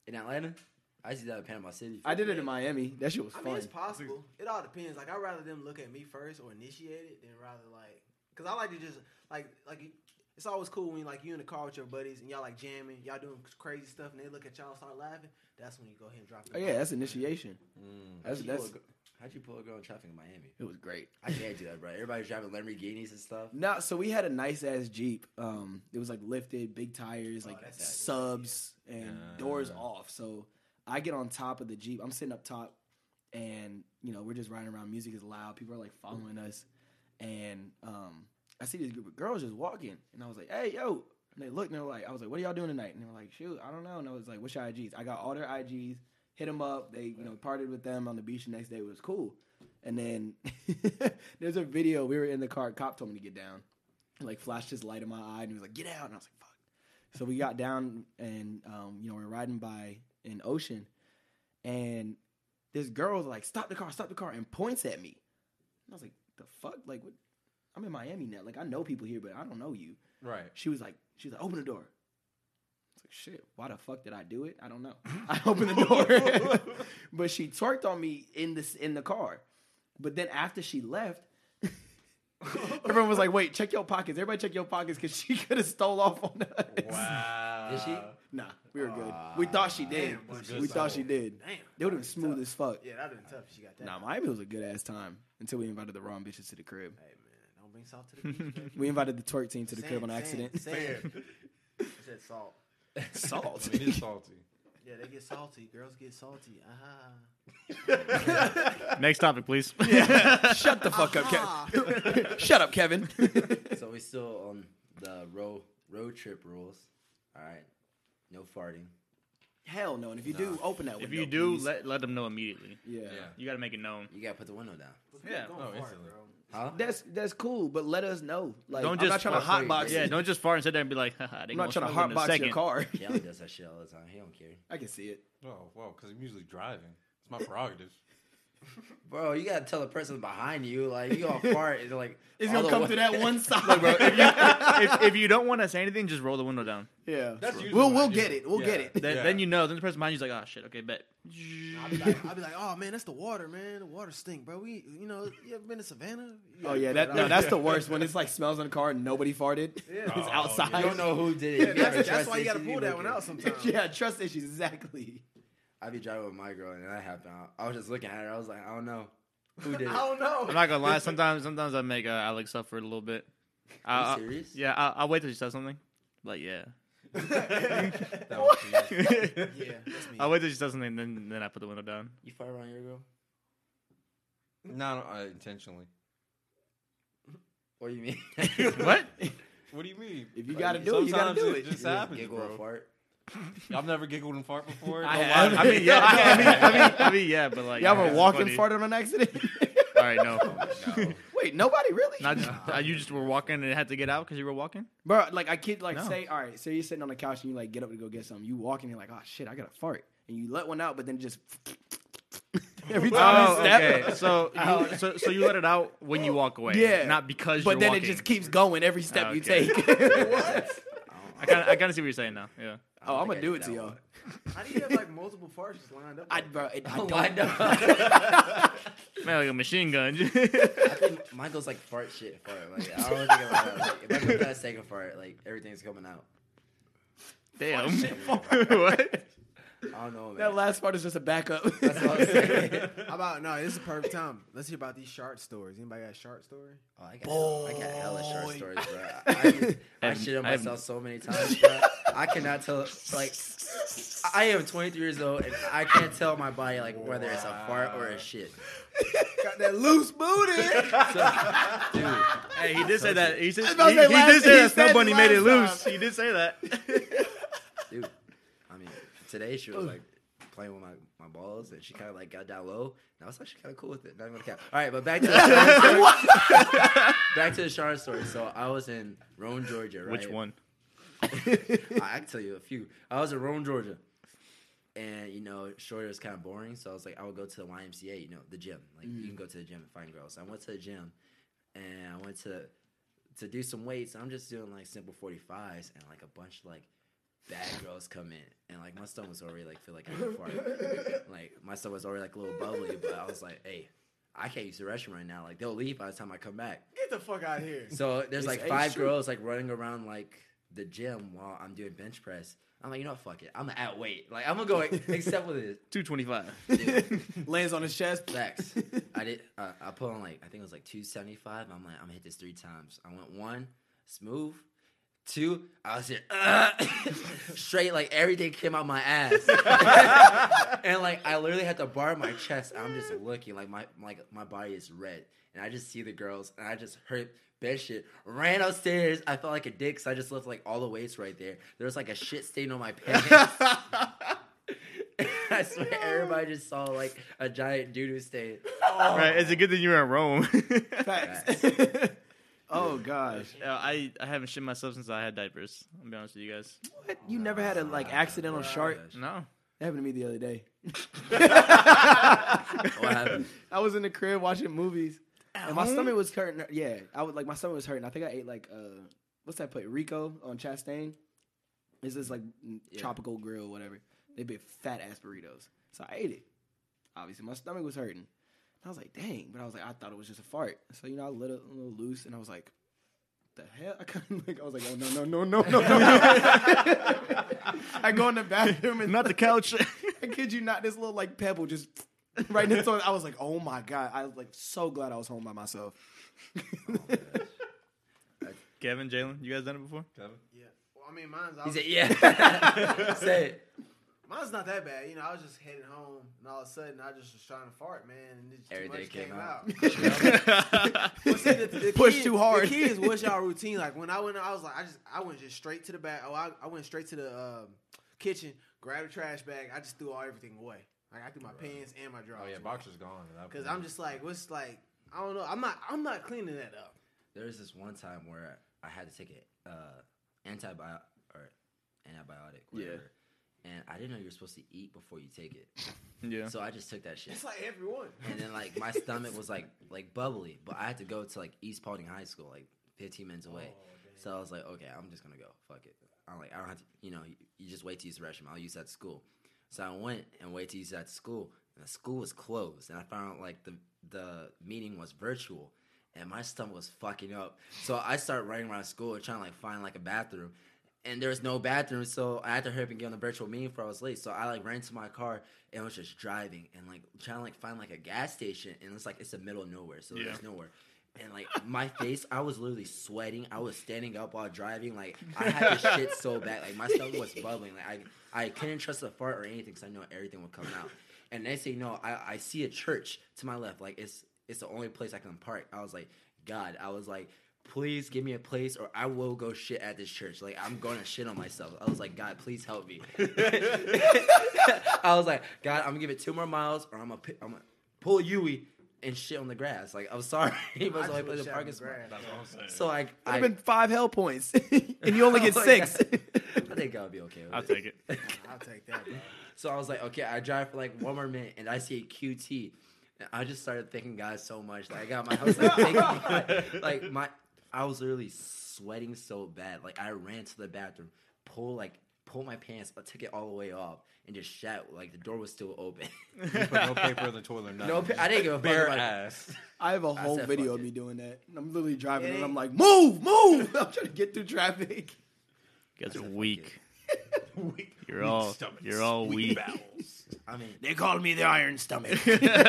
S4: in Atlanta? I used to do that in Panama City.
S3: I did it in Miami. That shit was
S5: I mean,
S3: fun.
S5: it's possible. It all depends. Like, I'd rather them look at me first or initiate it than rather like, because I like to just like like. it's always cool when like you in the car with your buddies and y'all like jamming, y'all doing crazy stuff, and they look at y'all and start laughing. That's when you go ahead and drop.
S3: Oh
S5: your
S3: yeah, that's initiation. That's
S5: Mm.
S4: How'd you, pull
S3: that's
S4: a, gir- how'd you pull a girl in traffic in Miami?
S3: it was great.
S4: I can't do that, bro. Everybody's driving Lamborghinis and stuff.
S3: No, so we had a nice ass Jeep. Um, it was like lifted, big tires, like
S5: that's nice.
S3: subs and doors
S6: Ah.
S3: off. So I get on top of the Jeep. I'm sitting up top, and you know we're just riding around. Music is loud. People are like following us, and um, I see this group of girls just walking, and I was like, "Hey, yo!" And they looked, and they're like, "I was like, what are y'all doing tonight?" And they were like, "Shoot, I don't know." And I was like, "What's your IGs?" I got all their IGs. Hit them up. They you know partied with them on the beach the next day. It was cool. And then there's a video. We were in the car. Cop told me to get down. Like flashed his light in my eye, and he was like, "Get out!" And I was like, "Fuck." So we got down, and um, you know we are riding by an ocean, and this girl's like, "Stop the car! Stop the car!" and points at me. And I was like, "The fuck? Like, what? I'm in Miami now. Like, I know people here, but I don't know you."
S6: Right.
S3: She was like, she was like, open the door. It's like, shit, why the fuck did I do it? I don't know. I opened the door. but she twerked on me in this in the car. But then after she left, everyone was like, wait, check your pockets. Everybody check your pockets because she could have stole off on us.
S6: Wow.
S4: Did she?
S3: Nah, we were good. We
S5: Ah,
S3: thought she did.
S5: Damn, that's
S3: we
S5: good
S3: thought
S5: stuff.
S3: she did.
S5: Damn.
S3: They would have been smooth as fuck.
S5: Yeah, that'd been tough. if She got that.
S3: Nah, Miami was a good ass time until we invited the wrong bitches to the crib.
S5: Hey man, don't bring salt to the beach. baby.
S3: We invited the twerk team to the
S5: Sand,
S3: crib on
S5: sand,
S3: accident.
S5: Sand. I said salt.
S3: Salt.
S6: I mean, it's salty.
S5: Yeah, they get salty. Girls get salty. Uh-huh. Aha.
S2: Next topic, please.
S3: Shut the fuck up, Kevin. Shut up, Kevin.
S4: so we still on the road road trip rules. All right, no farting.
S3: Hell no. And if you do, open that window.
S2: if you do,
S3: please.
S2: let let them know immediately.
S3: yeah.
S6: Yeah.
S2: You got to make it known.
S4: You gotta put the window down.
S2: Yeah.
S5: Don't
S6: Oh,
S5: fart,
S6: instantly.
S5: bro.
S4: Huh?
S3: That's that's cool, but let us know. Like,
S2: Don't
S3: I'm not
S2: just
S3: trying to
S4: fuck
S3: hotbox.
S4: with you.
S2: Yeah, don't just fart and sit there and be like, haha, they
S3: I'm not
S2: gonna
S3: trying
S2: smoke
S3: to
S2: in a
S3: hotbox your
S2: second.
S3: car.
S4: Kelly does that shit all the time. He don't care,
S3: I can see it.
S6: Oh, well, because I'm usually driving. It's my prerogative.
S4: bro. You gotta tell the person behind you like you gonna fart and like
S3: It's
S4: all
S3: gonna
S4: the
S3: come
S4: way-
S3: to that one side,
S2: if, if you don't want to say anything, just roll the window down.
S3: yeah.
S6: That's usually
S3: we'll
S6: what
S3: we'll
S6: I do.
S3: get it. We'll
S6: Yeah.
S3: get it.
S2: Then,
S6: Yeah.
S2: then you know. Then the person behind you's like, oh shit, okay, bet.
S5: I'll be, like, I'll be like, oh man, that's the water, man. The water stink, bro. We, you know, you ever been to Savannah?
S3: Oh yeah, that no, that's the worst when it's like smells in the car and nobody farted. It's
S6: Oh,
S3: outside.
S4: You don't know who did it. You
S5: That's,
S4: gotta
S5: that's
S4: trust
S5: why you gotta
S4: issues,
S5: pull
S4: don't
S5: that one
S4: care.
S5: out sometimes.
S3: yeah, trust issues exactly.
S4: I be driving with my girl and that happened. I, I was just looking at her. I was like, I don't know who did it.
S5: I don't know.
S2: I'm not gonna lie. Sometimes, sometimes I make uh, Alex suffer a little bit.
S4: Are you
S2: I- I-
S4: serious?
S2: Yeah, I, I'll wait till she says something. Like, yeah.
S6: That was genius.
S5: Yeah, that's me.
S2: I'll wait till she says something, then then I put the window down.
S4: You fart around your girl?
S6: no, no, I uh, intentionally.
S4: What do you mean?
S2: What?
S6: What do you mean? Uh,
S3: If you gotta do it, you gotta
S6: Sometimes
S3: do it.
S6: just happens,
S4: Giggle and
S6: bro.
S4: fart.
S6: I've never giggled and fart before.
S3: I
S6: Don't
S3: have.
S6: lie
S2: I
S6: to me.
S2: mean, yeah. I mean, I mean, I mean, yeah. But like,
S3: Y'all
S2: yeah,
S3: ever
S2: it's
S3: walked and
S2: funny.
S3: farted on accident?
S2: All right, no.
S6: No.
S3: Wait, nobody really?
S2: Not just, uh, you just were walking and had to get out because you were walking.
S3: Bro, like I kid, like
S2: No.
S3: say, all right, so you're sitting on the couch and you like get up to go get something. You walk in, you're like, oh shit, I gotta fart, and you let one out, but then just every time
S2: Oh,
S3: you step,
S2: okay. Oh. So, you, so, so you let it out when you walk away.
S3: Yeah.
S2: Not because.
S3: but
S2: you're
S3: then
S2: walking.
S3: it just keeps going every step you
S2: Okay.
S3: take.
S2: I kind of, I kind of see what you're saying now. Yeah.
S3: oh, I'm
S4: think I
S3: gonna do
S4: did
S3: it to
S4: that
S3: y'all.
S4: one.
S5: How do you have like multiple farts just lined up?
S3: I,
S5: like
S3: bro, it, I
S4: Oh,
S3: don't.
S4: I know.
S2: Man, like a machine gun.
S4: I think mine goes like fart shit fart. Like I don't think about that. Like, if I go past second fart, like everything's coming out.
S2: Damn. what?
S4: I don't know, man.
S3: That last part is just a backup.
S4: That's all I'm saying.
S5: that? How about no? This is perfect time. Let's hear about these shark stories. Anybody got a shark story?
S4: Oh, I, got, I got hella short
S3: Boy.
S4: stories, bro. I, I, I
S2: I'm-
S4: shit on
S2: I'm-
S4: myself so many times, bro. I cannot tell. Like, I am 23 years old, and I can't tell my body like whether it's a fart or a shit.
S5: Got that loose booty.
S2: Hey, he did say that. He, said, he,
S3: about to say
S2: he
S3: last-
S2: did say
S3: he
S2: that
S3: said
S2: somebody
S3: it
S2: made it
S3: last
S2: loose. He did say that.
S4: dude. I mean, today she was like playing with my, my balls, and she kind of like got down low. And I was actually kind of cool with it. Not even gonna count. All right, but back to the Sharon story. back to the Sharon story. So I was in Rome, Georgia. Right?
S2: Which one?
S4: I, I can tell you a few. I was in Rome, Georgia, and you know, shorter was kind of boring. So I was like, I would go to the YMCA. You know, the gym. Like you can go to the gym and find girls. So I went to the gym, and I went to to do some weights. I'm just doing like simple 45s, and like a bunch of like bad girls come in, and like my stomach was already like feel like I could fart. like my stomach was already like a little bubbly, but I was like, hey, I can't use the restroom right now. Like they'll leave by the time I come back.
S5: Get the fuck out of here.
S4: So there's
S3: It's
S4: like
S3: a
S4: five
S3: shoot.
S4: girls like running around like the gym while I'm doing bench press. I'm like, you know what? Fuck it. I'm at weight. Like I'm gonna go except with this.
S2: Two twenty five.
S3: Lands on his chest.
S4: Facts. I did. Uh, I put on like I think it was like two seventy five. I'm like I'm gonna hit this three times. I went one smooth, two. I was here uh, straight. Like everything came out my ass, and like I literally had to bar my chest. I'm just looking like my like my body is red, and I just see the girls, and I just hurt. Bed shit ran upstairs. I felt like a dick, so I just left like all the weights right there. There was like a shit stain on my pants. I swear, everybody just saw like a giant doo doo stain.
S2: Right? It's a good thing you were in Rome.
S3: Facts. oh gosh.
S2: Uh, I I haven't shit myself since I had diapers. I'll be honest with you guys.
S3: What? You never had a like accidental shark?
S2: No.
S3: That happened to me the other day.
S4: What happened?
S3: I was in the crib watching movies, and my stomach was hurting. Yeah, I was like my stomach was hurting. I think I ate like uh, what's that plate? Rico on Chastain. It's this like n-
S4: Yeah.
S3: tropical grill, whatever. They big fat ass burritos, so I ate it. Obviously, my stomach was hurting. I was like, dang, but I was like, I thought it was just a fart. So you know, I let it a little loose, and I was like, the hell? I couldn't. Like, I was like, oh no, no, no, no, no. no. I go in the bathroom and
S2: Not the couch.
S3: I kid you not, this little like pebble just right in the toilet. I was like, oh my god. I was like so glad I was home by myself.
S2: Kevin, Jalen, you guys done it before?
S6: Kevin?
S5: Yeah. Well, I mean, mine's. I
S4: He
S5: was,
S4: said, "Yeah." Say it.
S5: Mine's not that bad. You know, I was just heading home, and all of a sudden, I just was trying to fart, man, and it's too
S4: Everything
S5: much
S4: came
S5: came
S4: out.
S5: out. Well, see, the- the
S3: Push
S5: key-
S3: too hard.
S5: The key is what's y'all routine? Like when I went, I was like, I just, I went just straight to the back. Oh, I, I went straight to the um, kitchen, grabbed a trash bag. I just threw all everything away. Like I threw my pants and my drawers.
S6: Oh yeah, boxer's gone.
S5: Because I'm just like, what's like, I don't know. I'm not, I'm not cleaning that up.
S4: There was this one time where I had to take an uh, antibiotic or antibiotic, whatever, and I didn't know you were supposed to eat before you take it.
S2: Yeah.
S4: So I just took that shit,
S5: It's like everyone.
S4: and then like my stomach was like like bubbly, but I had to go to like East Paulding High School, like 15 minutes
S5: Oh,
S4: away. so I was like, okay, I'm just gonna go. Fuck it. I'm like, I don't have to. You know, you, you just wait to use the restroom. I'll use that at school. So I went and waited to use that school, and the school was closed. And I found out like the the meeting was virtual, and my stomach was fucking up. So I started running around school trying to like find like a bathroom, and there was no bathroom. So I had to hurry up and get on the virtual meeting before I was late. So I like ran to my car and was just driving and like trying to like find like a gas station, and it's like it's the middle of nowhere, so
S2: Yeah.
S4: there's nowhere. And like my face, I was literally sweating. I was standing up while driving. Like I had to shit so bad. Like my stomach was bubbling. Like I, I couldn't trust a fart or anything because I know everything would come out. And they say no. I, I see a church to my left. Like it's it's the only place I can park. I was like, God. I was like, please give me a place or I will go shit at this church. Like I'm going to shit on myself. I was like, God, please help me. I was like, God, I'm gonna give it two more miles or I'm gonna pi- I'm gonna pull Yui and shit on the grass. Like I'm sorry, but it's the only
S5: I
S4: place
S5: just
S4: in
S5: shot
S4: parking
S5: in the
S4: spot.
S5: grass.
S4: So I, I,
S3: I've been five hell points. and you only get
S4: Oh my
S3: six.
S4: God. I think I'll be okay. With
S2: I'll
S4: it.
S2: take it.
S5: I'll take that. Bro.
S4: So I was like, okay, I drive for like one more minute, and I see a QT. And I just started thanking God so much. Like I got my house like, thanking God. Like my, I was literally sweating so bad. Like I ran to the bathroom, pull like pull my pants, I took it all the way off, and just shat. Like the door was still open.
S6: put no paper in the toilet. Nothing.
S4: no, I didn't give a fuck
S6: bare
S4: about it.
S6: ass.
S3: I have a whole
S4: said
S3: video
S4: fuck
S3: of
S4: it.
S3: me doing that. And I'm literally driving
S5: It
S3: and I'm
S5: ain't-
S3: like, move, move. I'm trying to get through traffic.
S2: You guys
S4: I
S2: are
S4: said, "Fuck
S2: weak.
S4: it."
S6: weak,
S2: You're all
S6: stomachs,
S2: Oh, you're all weak.
S6: bowels.
S4: I mean,
S3: They called me the iron stomach.
S4: and then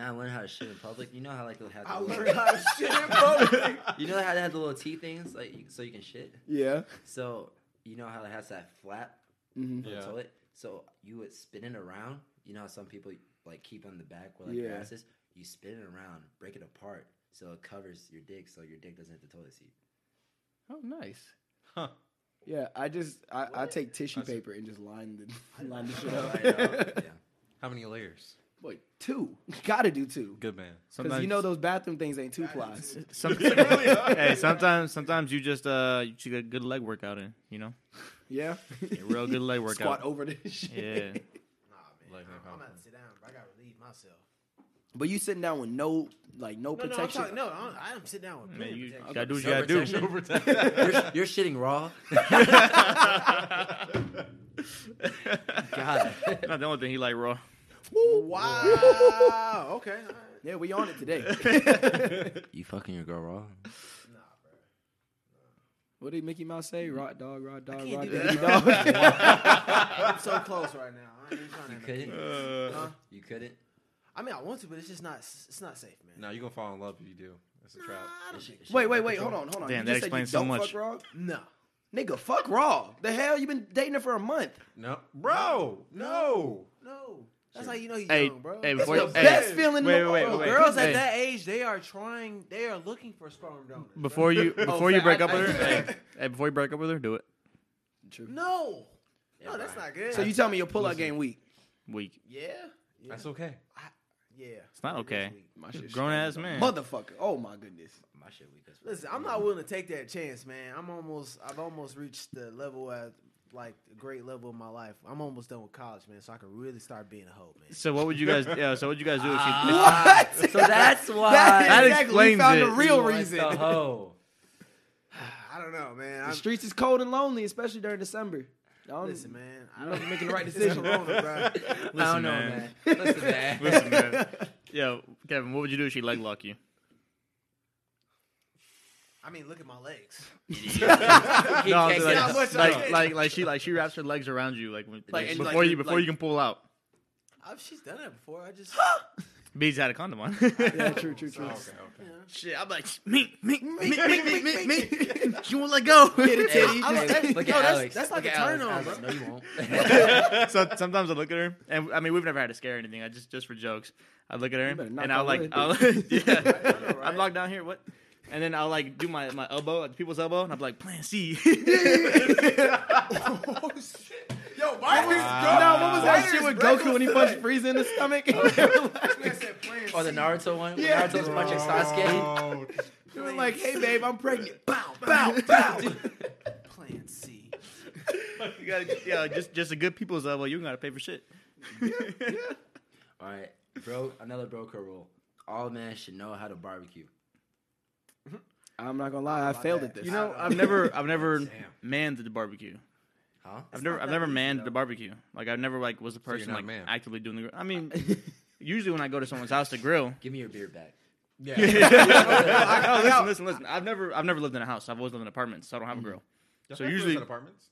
S4: I learned how to shit in public. You know how like they'll have
S5: I
S4: the
S5: learned
S4: little,
S5: how to shit in public.
S4: you know how they have the little T things like you- so you can shit.
S3: yeah.
S4: So you know how it has that flap
S3: hmm
S4: for
S6: Yeah.
S4: the toilet. So you would spin it around. You know how some people like keep on the back where like
S3: Yeah.
S4: grass is. You spin it around, break it apart, so it covers your dick, so your dick doesn't hit the toilet seat.
S2: Oh, nice.
S3: Yeah. I just I, I take tissue
S6: That's-
S3: paper and just line the line the shit
S4: Right up,
S3: up.
S4: yeah.
S6: How many layers?
S3: Wait, two. Gotta do two.
S6: Good man.
S3: Because you know those bathroom things ain't two plies.
S2: Some, hey, sometimes sometimes you just uh you should get a good leg workout in, you know,
S3: Yeah.
S2: a real good leg
S3: Squat
S2: workout.
S3: over this shit.
S2: Yeah,
S5: Nah, man.
S6: Like
S5: I'm, I'm
S6: that.
S5: about to sit down. Bro. I gotta relieve myself.
S3: But you sitting down with no like no,
S5: No, no, I'm
S3: protection.
S5: talking, no, I'm, I'm sitting down with
S2: man,
S5: plenty
S2: you
S5: of protection.
S2: gotta do what you
S4: No
S2: gotta do.
S4: protection. You're, you're shitting raw. God.
S2: Not the only thing he like raw.
S5: Wow. okay. all right.
S3: Yeah, we on it today.
S4: You fucking your girl wrong.
S3: what did Mickey Mouse say? Rot dog, rot dog,
S5: can't
S3: rot
S5: do
S3: dog.
S5: I'm so close right now. I, ain't even trying to
S4: You
S5: have a
S4: couldn't.
S5: kid.
S2: Uh,
S4: You couldn't.
S5: I mean, I want to, but it's just not. It's not safe, man.
S6: No, you're gonna fall in love if you do. That's a trap.
S5: I don't think-
S3: Wait, wait, wait. Hold on, hold on.
S2: Damn, that
S3: you just
S2: explains so
S3: said you don't
S2: much.
S3: Fuck raw?
S5: No.
S3: Nigga, fuck raw. The hell? you been dating her for a month.
S6: No, bro, no.
S5: No. That's how you know you're
S2: Hey,
S5: young, bro.
S2: hey,
S5: That's
S2: before
S3: the
S2: you,
S3: best
S2: hey,
S3: feeling
S2: wait,
S3: in the
S2: wait,
S3: world.
S2: wait, wait.
S5: Girls
S2: Hey.
S5: at that age, they are trying. They are looking for sperm donors. bro.
S2: Before you before you
S3: fact,
S2: break up
S3: I-
S2: with her, hey, hey, before you break up with her, do it.
S5: No. no, that's not good.
S3: So you tell me your pull-out game weak.
S2: Weak,
S5: Yeah. Yeah.
S6: That's okay.
S5: yeah.
S2: It's not okay.
S3: My shit
S2: grown ass man.
S3: Motherfucker. Oh my goodness.
S4: My shit weak as
S5: Listen, I'm not willing to take that chance, man. I'm almost. I've almost reached the level at like the great level of my life. I'm almost done with college, man. So I can really start being a hoe, man.
S2: So what would you guys? Yeah. So what would you guys do if she?
S3: What?
S4: So that's why.
S2: That
S3: that
S2: is-
S3: exactly. We
S2: explains
S3: found
S2: it.
S3: the real
S4: wants
S3: reason.
S4: The
S3: The
S4: hoe.
S5: I don't know, man. I'm,
S3: streets is cold and lonely, especially during December. Y'all-
S5: listen, man. I
S3: You're
S5: don't
S3: making the right decision.
S5: corona, bro.
S4: I don't know, man.
S2: man.
S4: Listen, man.
S2: Listen, man. Yo, Kevin, what would you do if she leg lock you?
S5: I mean, look at my legs.
S4: He
S2: No,
S4: can't
S2: like,
S4: get
S5: out
S4: up.
S5: much
S2: like,
S5: I
S2: like,
S5: did.
S2: like, she, like she wraps her legs around you, like, when,
S4: Like, and,
S2: before
S3: like,
S2: you, before
S3: like-
S2: you can pull out.
S5: I've, she's done that before. I just.
S2: Bees had a condom on.
S3: Yeah, true, true, true.
S6: Okay, okay.
S2: Shit, I'm like, me, me, me, me, me, me, me. She won't let go.
S5: I
S4: Hey,
S5: was-
S4: hey,
S5: hey,
S4: look
S5: no,
S4: at
S5: that's-
S4: Alex.
S5: that's like
S4: Look
S5: a
S4: at
S5: turn
S4: Alex.
S5: on,
S4: Alex,
S5: bro.
S4: No, you won't.
S2: so sometimes I look at her, and I mean, we've never had to scare or anything. I just, just for jokes, I look at her,
S3: better
S2: and
S3: knock
S2: I'll
S3: on
S2: like,
S3: wood.
S2: I'll, yeah,
S5: right?
S2: I'm locked down here. What? And then I'll like do my, my elbow at people's elbow, and I'm like, Plan C.
S5: oh shit! Yo, why was
S3: No, what was that
S5: Why
S3: shit
S5: is
S3: with
S5: breakfast
S3: Goku when he punched Frieza in the stomach? They
S5: I said plan
S4: Or the
S5: C.
S4: Naruto one. when
S3: Yeah.
S4: Naruto's punching Sasuke.
S3: were like, hey, babe, I'm pregnant. Bow,
S5: Bow, bow. plan C.
S2: you gotta, yeah, just, just a good people's elbow. You ain't gotta pay for shit.
S4: All right, bro. Another bro code rule. All men should know how to barbecue.
S3: I'm not gonna lie, I failed at this.
S2: You know, I've never, I've never manned the barbecue.
S4: Huh?
S2: I've never, I've never manned the barbecue. Like I've never like was the
S6: you're
S2: person
S6: not
S2: like
S6: man.
S2: actively doing the. grill. I mean, usually when I go to someone's house to grill.
S4: Give me your beer back.
S2: No, listen, listen, listen. I've never, I've never lived in a house. I've always lived in apartments, so I don't
S3: Mm-hmm.
S2: have a grill.
S6: So usually
S2: usually-
S6: apartments.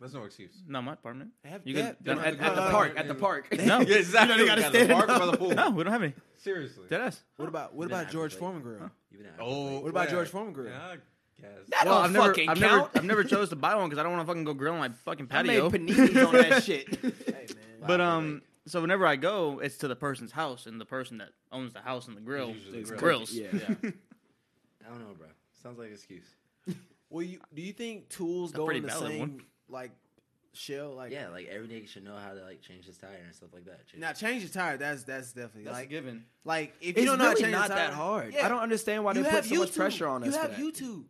S6: That's no excuse.
S2: Not my apartment.
S5: Have-
S2: You
S5: yeah,
S2: can-
S5: they don't
S2: at-
S5: have
S2: at
S5: to
S2: the
S5: go.
S3: park, at the park.
S2: No,
S6: exactly. You gotta stand park by the pool.
S2: no, we don't have any.
S6: Seriously.
S2: Dead ass.
S5: What about what about
S4: I
S5: George
S4: could
S5: Foreman girl?
S4: You been out.
S6: Oh,
S5: What about
S6: yeah.
S5: George Foreman girl?
S6: Yeah, I guess.
S3: That
S2: Well,
S3: don't
S2: I've never,
S3: fucking
S2: I've never,
S3: count.
S2: I've never chose to buy one because I don't want to fucking go grill on my fucking
S3: I made
S2: patio.
S3: paninis on that shit.
S5: Hey man,
S2: But um, so whenever I go, it's to the person's house, and the person that owns the house and the grill
S6: Usually grill.
S2: grills.
S3: Yeah.
S4: I don't know, bro. Sounds like an excuse.
S5: well, you, do you think tools go
S2: pretty
S5: in the
S2: valid
S5: same
S2: one.
S5: like shell? Like
S4: Yeah, like every nigga should know how to like change his tire and stuff like that. Shit.
S5: now change the tire. That's that's definitely
S2: That's a
S5: like
S2: given.
S5: like if
S3: It's
S5: you don't know how to
S3: really
S5: change
S3: not
S5: the tire,
S3: that hard.
S5: Yeah.
S3: I don't understand why
S5: you
S3: they put
S5: have
S3: so much
S5: YouTube.
S3: pressure on us.
S5: You
S3: for
S5: have
S3: that.
S5: YouTube.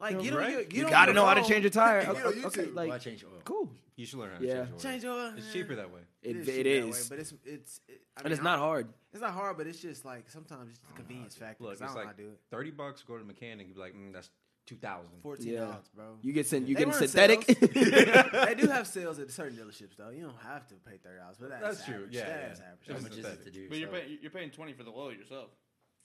S5: Like
S6: Yeah,
S5: get on
S6: right?
S5: your- get
S3: You
S5: on
S3: gotta
S5: your
S3: know how to
S5: phone.
S3: change a tire.
S5: Get on
S3: Okay, okay,
S5: YouTube.
S4: Why
S3: like
S4: change oil?
S3: cool.
S6: You should learn how
S3: Yeah.
S6: to change
S5: Change
S6: your oil.
S5: your.
S6: It's cheaper that way.
S3: It,
S5: is
S3: it
S5: cheaper that way,
S3: is,
S5: but it's it's it, I
S3: and
S5: mean,
S3: it's
S5: I'm-
S3: not hard.
S5: It's not hard, but it's just like sometimes it's the convenience factor.
S6: Look,
S5: 'cause
S6: it's
S5: I don't know
S6: like
S5: how to do it.
S6: thirty bucks. Go to the mechanic. You be like, mm, that's two thousand.
S5: Fourteen
S3: Yeah.
S5: dollars, bro.
S3: You get sent. You
S5: They
S3: get
S5: run
S3: synthetic.
S5: sales. they do have sales at certain dealerships, though. You don't have to pay thirty dollars, but that's,
S6: That's true.
S5: average.
S6: Yeah,
S5: That
S6: yeah.
S5: is
S6: It
S4: How
S6: was
S5: average.
S4: much is it
S6: pathetic.
S4: to do?
S2: But you're
S4: yourself?
S2: paying, you're paying twenty for the oil yourself.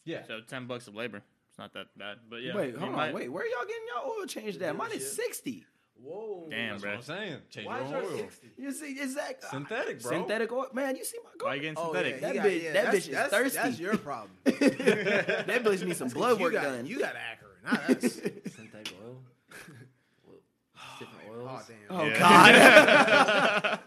S6: Yeah.
S2: So ten bucks of labor. It's not that bad. But yeah.
S3: wait,
S2: you
S3: hold on.
S2: might-
S3: Wait, where y'all getting y'all oil changed at? Mine is sixty.
S5: Whoa.
S2: Damn,
S6: That's
S2: bro.
S6: what I'm saying. Change
S5: Why is
S6: your
S5: there
S6: oil.
S5: 60?
S3: You see, is that
S6: Synthetic, bro.
S3: synthetic oil? Man, you see my
S2: Why
S3: car?
S2: you getting
S5: Oh, yeah,
S2: synthetic?
S5: he
S3: That
S5: got-
S3: bitch-
S5: yeah,
S3: that
S5: that's-
S3: bitch is
S5: that's-
S3: thirsty.
S5: That's your problem.
S3: that bitch needs some blood
S5: you
S3: work
S5: got,
S3: done.
S5: You got accurate. Not us.
S4: synthetic oil. Well, different oils.
S5: oh damn.
S3: oh
S2: Yeah.
S3: God!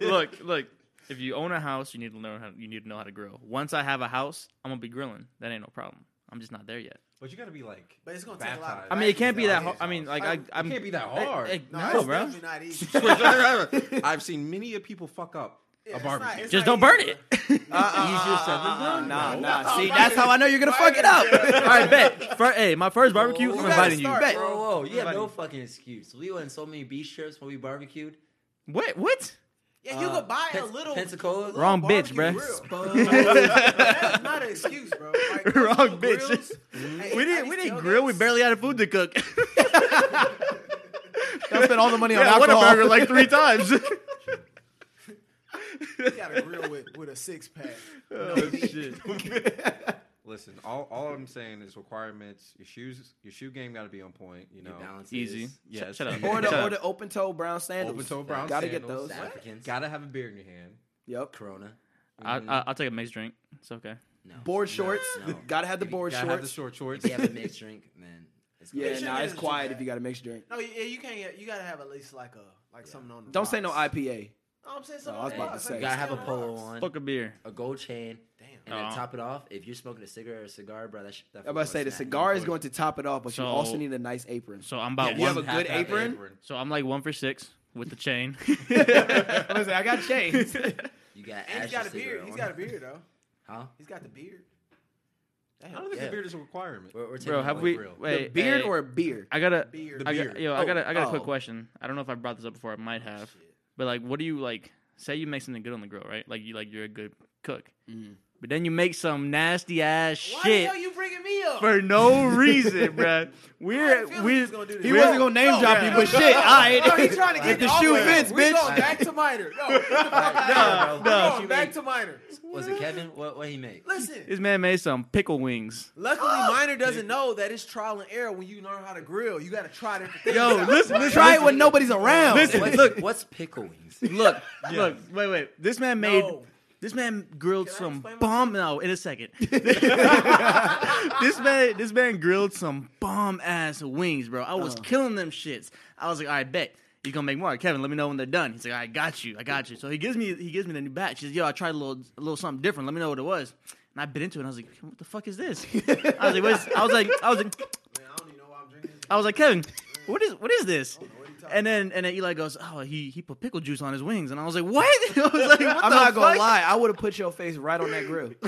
S2: look, look. If you own a house, you need to learn how you need to know how to grill. Once I have a house, I'm gonna be grilling. That ain't no problem. I'm just not there yet.
S6: But you gotta be like.
S5: But it's gonna take a lot of
S6: baptized.
S2: I mean, it can't be that.
S5: That
S2: hard.
S5: is
S2: I mean, like I,
S6: It
S2: I'm,
S6: can't be that hard.
S2: Hey,
S5: No,
S2: no,
S5: it's
S2: bro.
S5: definitely not easy.
S6: I've seen many of people fuck up
S5: Yeah,
S6: a
S5: it's not-
S6: barbecue.
S5: it's
S2: Just
S5: not
S2: don't burn
S5: easy,
S2: it.
S6: Easier said than done.
S3: Nah,
S6: bro.
S3: nah. See, that's how I know you're gonna fuck it up.
S2: All right, bet. For, hey, my first barbecue,
S4: You
S2: I'm
S4: gotta
S2: inviting you.
S5: start.
S4: Whoa,
S5: Bet.
S4: whoa, whoa. You have no
S2: Everybody-
S4: fucking excuse. We went on so many beach trips when we barbecued.
S2: What? What?
S5: Yeah, you could buy a
S4: Pen-
S5: little
S4: Pensacola?
S5: a little
S2: Wrong bitch,
S5: barbecue
S2: bruh.
S5: grill.
S3: Bud.
S5: That's not an excuse, bro. Like, those
S2: Wrong
S5: little
S2: bitch.
S5: grills, hey,
S2: We
S5: I
S2: didn't.
S5: just
S2: We didn't
S5: tell
S2: grill. We
S5: those-
S2: barely had food to cook.
S3: I spent all the money on
S2: I want a
S3: alcohol.
S2: burger like three times.
S5: You got a grill with, with a six pack.
S2: Oh shit.
S6: Listen, all, all I'm saying is requirements. Your shoes, your shoe game got to be on point. You know,
S4: Your balance
S2: Easy.
S4: is-
S6: Yeah,
S2: Shut, shut up.
S3: Or
S2: Shut
S3: the, or
S2: up.
S3: the open toe brown sandals.
S6: open toe brown
S3: Gotta get
S6: sandals.
S3: those.
S4: Africans.
S6: Gotta have a beer in your hand.
S3: Yep.
S4: Corona. Mm-hmm.
S2: I, I, I'll take a mixed drink. It's okay.
S4: No.
S3: Board
S4: No,
S3: shorts.
S4: no.
S3: Gotta have the board
S6: Gotta have the
S3: shorts.
S6: short shorts.
S4: If you have a mixed drink, man. It's
S3: Yeah,
S4: good.
S5: Mixed
S3: nah,
S5: drink
S3: it's
S5: isn't too
S3: quiet
S5: bad.
S3: if you got a mixed drink.
S5: No, yeah, you can't. Get, you gotta have at least like a like something on. The
S3: Don't say no
S5: box.
S3: IPA.
S5: No, I'm saying something.
S3: No, I
S5: on
S3: was
S5: the
S3: about to
S5: box,
S3: say.
S5: like,
S4: You gotta have a
S5: stand on the
S4: polo
S5: box.
S4: on,
S2: Fuck a beer.
S4: a gold chain,
S5: Damn.
S4: and then
S2: Uh-uh.
S4: top it off. If you're smoking a cigarette or a cigar, bro, that, sh- that
S3: I'm about to say the cigar is going to top it off, but you
S2: So-
S3: also need a nice apron.
S2: So I'm about
S6: Yeah,
S3: you
S2: one.
S3: have a good apron.
S2: so I'm like one for six with the chain.
S7: I was like, I got chains.
S4: You got
S5: And he's
S4: Ash's
S5: got a
S4: cigarette
S5: beard. He's
S4: on.
S5: got a beard though.
S4: Huh?
S5: He's got the beard.
S6: I don't think
S4: Yeah.
S6: the beard is a requirement.
S4: We're, we're taking
S2: Bro, have we?
S6: Real.
S2: Wait,
S3: a beard
S2: hey,
S3: or a beer?
S2: I gotta.
S5: Beard.
S6: The
S2: I
S6: beer.
S2: got, yo, I got, a, I got a quick
S3: oh.
S2: question. I don't know if I brought this up before. I might have, but like, what do you like? Say you make something good on the grill, right? Like you, like you're a good cook, but then you make some nasty ass
S5: Why the
S2: shit
S5: hell you bringing me up?
S2: for no reason, bruh. We're
S5: feeling he
S2: we
S5: was gonna do this.
S7: He
S5: No,
S7: wasn't gonna name
S5: no,
S7: drop you,
S5: no,
S7: but
S5: no,
S7: shit,
S5: no,
S7: alright.
S5: No, he's trying to
S7: If
S5: get
S7: the
S5: off
S7: shoe
S5: of
S7: fits,
S5: We
S7: bitch.
S5: going back to minor. No, get the fuck
S4: Nah,
S5: out of here.
S4: nah.
S5: We going back to minor.
S4: Was it Kevin? What what he make?
S5: Listen.
S2: this man made some pickle wings.
S5: Luckily, minor doesn't know that it's trial and error when you learn how to grill. You gotta try different things.
S2: Yo, listen, listen,
S7: Try it when nobody's around.
S2: Listen,
S4: What's,
S2: look,
S4: what's pickle wings?
S2: look, look, wait, wait. This man made.
S5: No.
S2: This man grilled
S5: Can I
S2: some
S5: explain
S2: bomb. No, in a second. this man, this man grilled some bomb ass wings, bro. I
S5: Uh.
S2: was killing them shits. I was like, I bet he's gonna make more. Kevin, let me know when they're done. He's like, I got you, I got you. So he gives me, he gives me the new batch. He says, Yo, I tried a little, a little something different. Let me know what it was. And I bit into it. and I was like, What the fuck is this? I was like, What's, I was like, I was like.
S5: Man, I don't even know why I'm drinking this.
S2: I was like, Kevin, what is what is this?
S5: what he talking
S2: And then and then Eli goes, oh, he he put pickle juice on his wings, and I was like, what? I was like, what
S3: I'm
S2: the
S3: not gonna
S2: fuck?
S3: lie, I would have put your face right on that grill.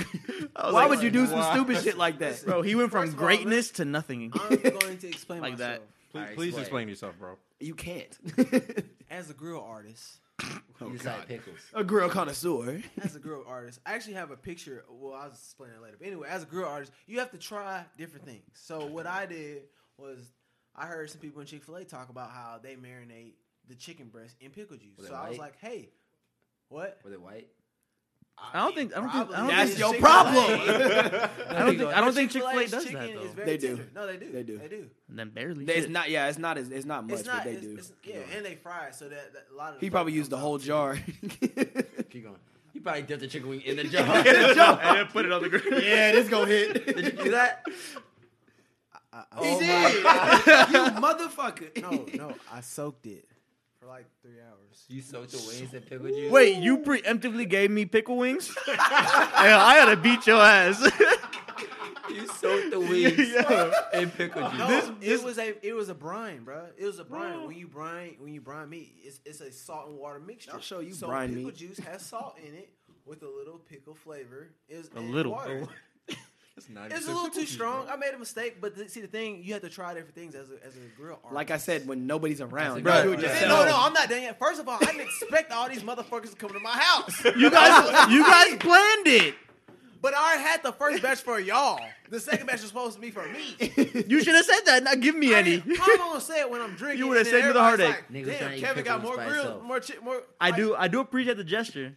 S2: I was
S3: Why
S2: like,
S3: would you do some
S6: why?
S3: stupid shit like that?
S2: Bro, he went from
S5: First of all,
S2: greatness to nothing.
S5: I'm going to explain
S2: Like that.
S5: myself.
S6: Please,
S4: Alright,
S6: please explain
S4: explain.
S6: yourself, bro.
S3: You can't.
S5: As a grill artist,
S3: Oh,
S4: You decide pickles.
S3: a grill connoisseur.
S5: as a grill artist, I actually have a picture. Well, I'll just explain it later. But anyway, as a grill artist, you have to try different things. So what I did was I heard some people in Chick Fil A talk about how they marinate the chicken breast in pickle juice.
S4: Was it
S5: so I was
S4: white?
S5: like, hey, what?
S4: Were they white?
S2: I don't think- I don't think- I don't
S3: That's
S2: think-
S3: your
S5: Chick-fil-A.
S3: problem.
S2: I don't think I don't
S5: But
S2: think Chick Fil A
S5: Chick-fil-A's
S2: does that
S5: chicken
S2: though.
S5: is very
S3: They do.
S5: tender. No, they do.
S3: They do.
S5: They do.
S2: Then barely.
S3: it's
S2: shit.
S3: not. Yeah, it's not. As, it's not much,
S5: it's not.
S3: but they
S5: it's,
S3: do.
S5: It's, yeah, and they fry it, so that, that a lot of.
S3: he
S5: flavor
S3: probably
S5: comes
S3: used the
S5: out.
S3: whole jar.
S4: Keep going. You probably dipped the chicken wing in the jar.
S2: And then put it on the grill.
S7: yeah, this gonna hit.
S4: Did you do that?
S3: he
S4: my
S3: did. you motherfucker.
S5: No, no, I soaked it for like three hours.
S4: You soaked the wings in pickle juice.
S2: Wait, you preemptively gave me pickle wings? Hell, I gotta beat your ass.
S4: You soaked the wings
S2: Yeah.
S4: in pickle juice.
S5: No,
S2: This-
S5: it
S2: this-
S5: was a it was a brine, bro. It was a brine. When you brine when you brine meat, it's it's a salt and water mixture.
S3: I'll show you
S5: so
S3: brine
S5: pickle
S3: meat.
S5: juice has salt in it with a little pickle flavor. Is
S2: A little.
S5: Water.
S6: It's, 96
S5: It's a little
S6: pickle
S5: too
S6: juice,
S5: strong.
S6: bro.
S5: I made a mistake, but the, see the thing, you have to try different things as a, as a grill artist.
S3: Like I said, when nobody's around,
S4: Bruh,
S3: you do it
S4: yeah.
S3: yourself.
S5: no, no, I'm not done yet. First of all, I didn't expect all these motherfuckers to come to my house,
S2: You guys, you guys planned it.
S5: but I already had the first batch for y'all. The second batch was supposed to be for me.
S2: You should have said that. Not give me
S5: I
S2: any.
S5: didn't- How am I gonna say it when I'm drinking?
S2: You would've
S5: and then
S2: saved me the
S5: everybody's
S2: heartache.
S4: Niggas
S5: Like,
S4: trying to
S5: Damn,
S4: eat
S5: Kevin got
S4: pickles
S5: more
S4: by
S5: grill,
S4: itself.
S5: more chi- more.
S2: I
S5: like-
S2: do. I do appreciate the gesture,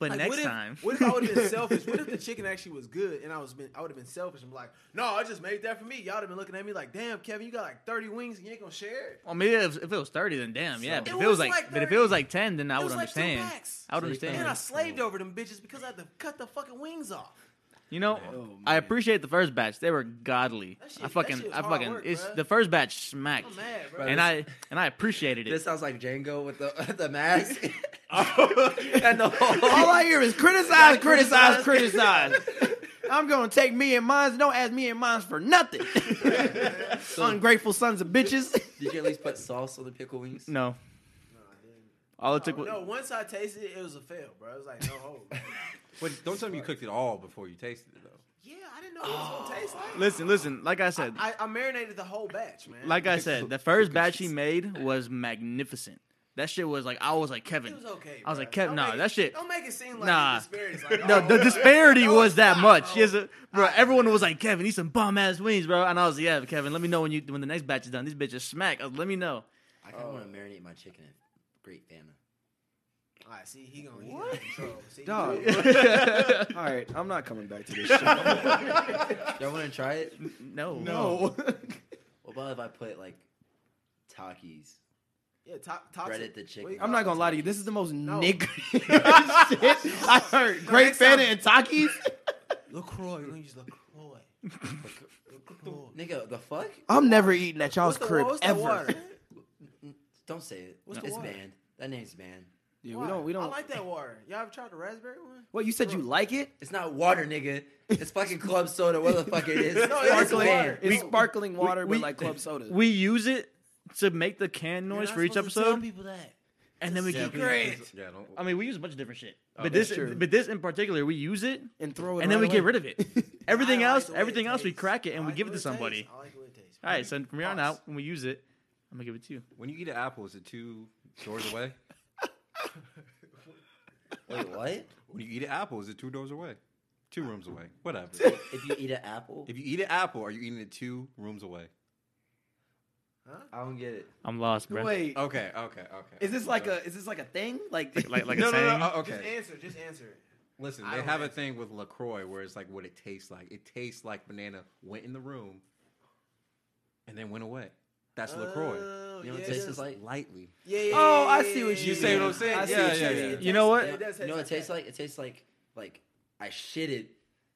S2: but
S5: like,
S2: next
S5: what if,
S2: time.
S5: what if I would have been selfish? What if the chicken actually was good and I was been I would have been selfish and be like, no, I just made that for me. Y'all have been looking at me like, damn, Kevin, you got like 30 wings and you ain't gonna share it.
S2: Well, maybe if, if it was thirty, then damn, yeah. But if
S5: It
S2: it was
S5: was
S2: like,
S5: like
S2: but if it was
S5: 30.
S2: like ten, then I
S5: It
S2: would
S5: was like two
S2: understand.
S5: packs.
S2: I would
S4: So you
S2: understand.
S4: think-
S5: And I slaved over them bitches because I had to cut the fucking wings off.
S2: You know, I appreciate the first batch. They were godly.
S5: That shit-
S2: I
S5: that
S2: fucking,
S5: shit was
S2: I
S5: hard
S2: fucking.
S5: work,
S2: it's
S5: bruh. Oh,
S2: the first batch smacked,
S5: I'm mad, bro.
S2: and I and I appreciated
S4: This
S2: it.
S4: sounds like Django with the the mask and the whole.
S3: All I hear is criticize, criticize, criticize. I'm gonna take me and mines. Don't ask me and mines for nothing. Ungrateful sons of bitches.
S4: Did you at least put sauce on the pickle wings?
S2: No, all it took was
S5: no, once I tasted it, it was a fail, bro. It was like, no hope.
S6: Wait, don't tell me you cooked it all before you tasted it though.
S5: yeah, I didn't know what it was gonna taste like.
S2: Oh. listen, listen. Like I said,
S5: I, I marinated the whole batch, man.
S2: like I said, the first batch he made was magnificent. That shit was like, I was like Kevin.
S5: It was okay.
S2: I was
S5: bruh.
S2: like, Kev,
S5: Don't
S2: nah,
S5: make it-
S2: that shit-
S5: Don't make it seem like
S2: Nah.
S5: the disparities. Like,
S2: No,
S5: oh,
S2: the
S5: bruh.
S2: disparity
S5: No,
S2: was
S5: it's
S2: that
S5: not,
S2: much.
S5: bro.
S2: Yes, uh, bro. Everyone was like, "Kevin, these some bomb ass wings, bro." And I was, "Yeah, Kevin, let me know when you when the next batch is
S4: Oh.
S2: done. These bitches smack. I was, let me know."
S4: I kind of want to marinate my chicken in great Fanta.
S5: All right, see, he gonna he gonna control. See,
S3: Dog.
S5: he-
S3: All right, I'm not coming back to this shit.
S4: Y'all want to try it?
S2: No.
S3: no.
S4: What about if I put like Takis?
S5: Yeah, top, top
S4: Breaded the chicken.
S3: I'm not gonna lie to you. This is the most
S5: No.
S3: nigga shit I heard. Great
S5: next
S3: fan
S5: time-
S3: and Takis.
S5: Lacroix. We're gonna use Lacroix. Lacroix.
S4: Nigga, the fuck?
S3: I'm never eating at y'all's
S5: What's the-
S3: crib
S5: what's the
S3: ever.
S5: water?
S4: Don't say it.
S5: What's the
S4: it's
S5: water?
S4: banned. That name's banned.
S3: Yeah,
S5: Why?
S3: we don't. We don't.
S5: I like that water. Y'all ever tried the raspberry one?
S3: What you said? You like it?
S4: It's not water, nigga. It's fucking club soda. What the fuck it is?
S5: No, it is
S4: Sparkling.
S5: water.
S3: It's sparkling water,
S2: we-
S3: but like club soda.
S2: We use it to make the can noise for each episode,
S5: people that.
S2: and then we keep.
S6: Yeah, don't.
S2: I mean, we use a bunch of different shit, but
S6: that's
S2: this,
S3: Oh, true.
S2: but this in particular, we use it,
S3: and throw it.
S2: and then we
S3: right
S2: get
S3: away.
S2: rid of it. Everything
S5: I like
S2: else,
S5: the way it
S2: everything else, we
S5: tastes.
S2: crack it
S5: I
S2: and we
S5: like
S2: give it
S5: the way
S2: to somebody.
S5: tastes. I like the way it tastes.
S2: All right, so from here on
S5: Pause.
S2: out, when we use it, I'm gonna give it to you.
S6: When you eat an apple, is it two doors away?
S4: Wait, what?
S6: When you eat an apple, is it two doors away? Two rooms away. Whatever.
S4: If you eat an apple,
S6: if you eat an apple, are you eating it two rooms away?
S4: I don't get it.
S2: I'm lost, bro.
S3: Wait,
S6: Okay, okay, okay.
S3: is this like a is this like a thing? Like
S2: Oh. Like, like
S6: no,
S2: a
S6: no,
S2: saying.
S6: no, oh,
S5: Just
S6: Okay.
S5: answer. Just answer it.
S6: Listen,
S5: I
S6: they
S5: don't
S6: have a
S5: answer.
S6: thing with LaCroix where it's like what it tastes like. It tastes like banana went in the room and then went away. That's LaCroix.
S5: Oh,
S4: You know what
S5: yeah,
S4: it tastes
S5: just-
S4: like?
S6: Lightly.
S5: Yeah, yeah,
S3: Oh,
S5: yeah,
S3: I
S5: yeah,
S3: see what
S5: yeah,
S3: you
S5: yeah,
S6: say
S5: yeah.
S6: what I'm saying?
S5: I see
S6: Yeah,
S5: what
S6: yeah,
S5: mean.
S6: yeah.
S5: It
S2: You
S5: tastes-
S2: know what?
S5: it does
S4: You
S5: taste
S4: know what it
S5: like
S4: tastes
S5: that.
S4: like? It tastes like like I shitted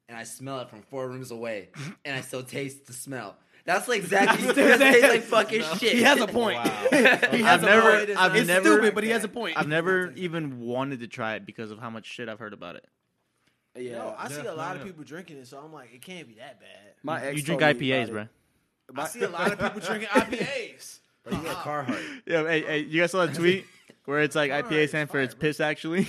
S4: and I smell it from four rooms away, and I still taste the smell. That's like exactly. that tastes like fucking shit.
S3: he has a point. he has
S2: I've
S3: a
S2: never-
S3: point.
S2: I've
S3: it's
S2: never-
S3: stupid, but he has a point.
S2: I've never even wanted to try it because of how much shit I've heard about it.
S3: yeah,
S5: No, I see
S6: Yeah,
S5: a lot
S6: no,
S5: of
S6: no.
S5: people drinking it, so I'm like, it can't be that bad.
S3: my ex
S2: you drink
S3: told me
S2: IPAs,
S3: about
S2: bro.
S3: it.
S5: I see a lot of people drinking IPAs.
S4: Bro, you got Carhartt.
S2: Yeah, hey, hey, you guys saw that tweet where it's like IPA
S5: Alright,
S2: stands for
S5: fire,
S2: its
S5: bro.
S2: piss actually.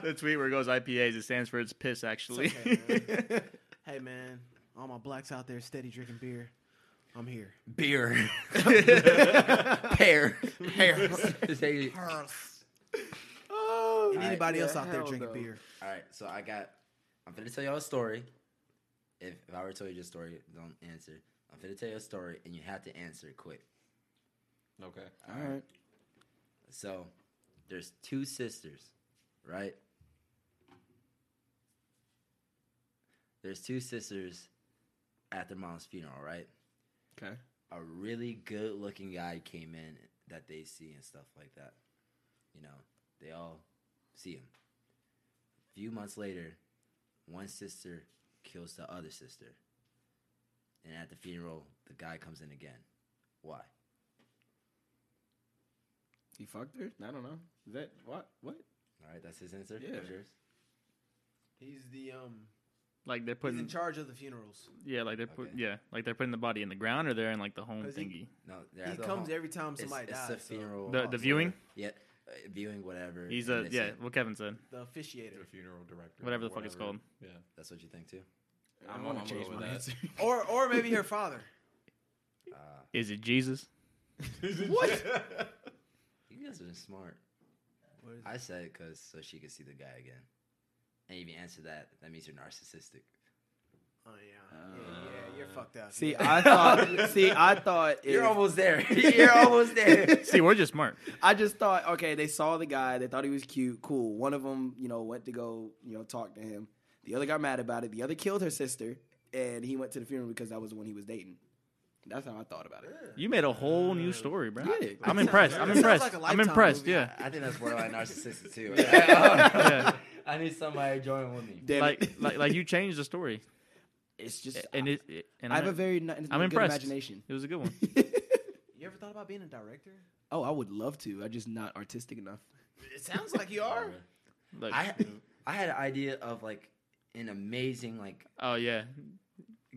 S2: the tweet where it goes IPAs it stands for its piss actually.
S5: okay, Hey man, all my blacks out there, steady drinking beer. I'm here.
S4: Beer. Pear. Pear. All
S5: And
S4: right.
S5: anybody else
S3: Oh, yeah,
S5: out there
S3: hell
S5: drinking
S3: no.
S5: beer?
S4: All right, so I got. I'm gonna tell y'all a story. If, if I were to tell you just a story, don't answer. I'm gonna tell you a story, and you have to answer it quick.
S6: Okay.
S3: All right.
S4: So, there's two sisters, right? There's two sisters at their mom's funeral, right?
S3: Okay.
S4: A really good looking guy came in that they see and stuff like that. You know, they all see him. A few months later, one sister kills the other sister. And at the funeral, the guy comes in again. Why?
S3: He fucked her. I don't know. Is that what? What?
S4: All right, that's his answer.
S3: Yeah.
S4: What's yours?
S5: He's the um.
S2: like they're
S5: he's
S2: putting
S5: in charge of the funerals.
S2: yeah, like they're put,
S4: Okay.
S2: yeah, like they're putting the body in the ground or they're in like the home
S5: 'Cause he-
S2: thingy.
S4: No, they're at
S5: he
S4: the
S5: comes
S4: home.
S5: every time
S4: It's-
S5: somebody
S4: it's,
S5: dies.
S4: the
S5: so
S4: funeral.
S2: The- the
S4: haunt,
S2: viewing?
S4: whatever. Yeah, uh, viewing whatever.
S2: He's
S4: and
S2: a
S4: they
S2: yeah,
S4: say-
S2: what Kevin said.
S5: The officiator,
S6: The funeral director.
S2: Whatever the fuck it's called.
S6: Yeah.
S4: That's what you think too.
S3: I
S6: I'm-
S3: wanna
S6: I'm gonna go with that.
S3: answer.
S5: or or maybe her father.
S4: Uh,
S2: Is it Jesus?
S4: you guys are smart.
S5: What is
S4: I said because so she could see the guy again. And if you answer that, that means you're narcissistic.
S5: Oh yeah, yeah, yeah. You're fucked up.
S3: See,
S5: yeah.
S3: I thought. see, I thought. If,
S4: You're almost there. you're almost there.
S2: See, we're just smart.
S3: I just thought, okay, they saw the guy. They thought he was cute, cool. One of them, you know, went to go, you know, talk to him. The other got mad about it. The other killed her sister, and he went to the funeral because that was the one he was dating. That's how I thought about it.
S2: You made a whole new story, bro.
S3: Yeah.
S2: I'm impressed. I'm
S5: That sounds
S2: impressed.
S5: like a
S2: I'm
S5: Lifetime
S2: impressed.
S5: movie.
S2: Yeah.
S4: I think that's borderline narcissistic too.
S2: Yeah.
S4: I need somebody to join with me.
S3: Damn
S2: Like,
S3: it.
S2: like, like you changed the story,
S3: it's just.
S2: and it, it- and
S3: I have
S2: I'm-
S3: a very ni- good
S2: I'm impressed.
S3: imagination.
S2: It was a good one.
S5: You ever thought about being a director?
S3: oh, I would love to. I'm just not artistic enough.
S5: It sounds like you are.
S2: Like,
S4: I I had an idea of like an amazing like.
S2: oh yeah,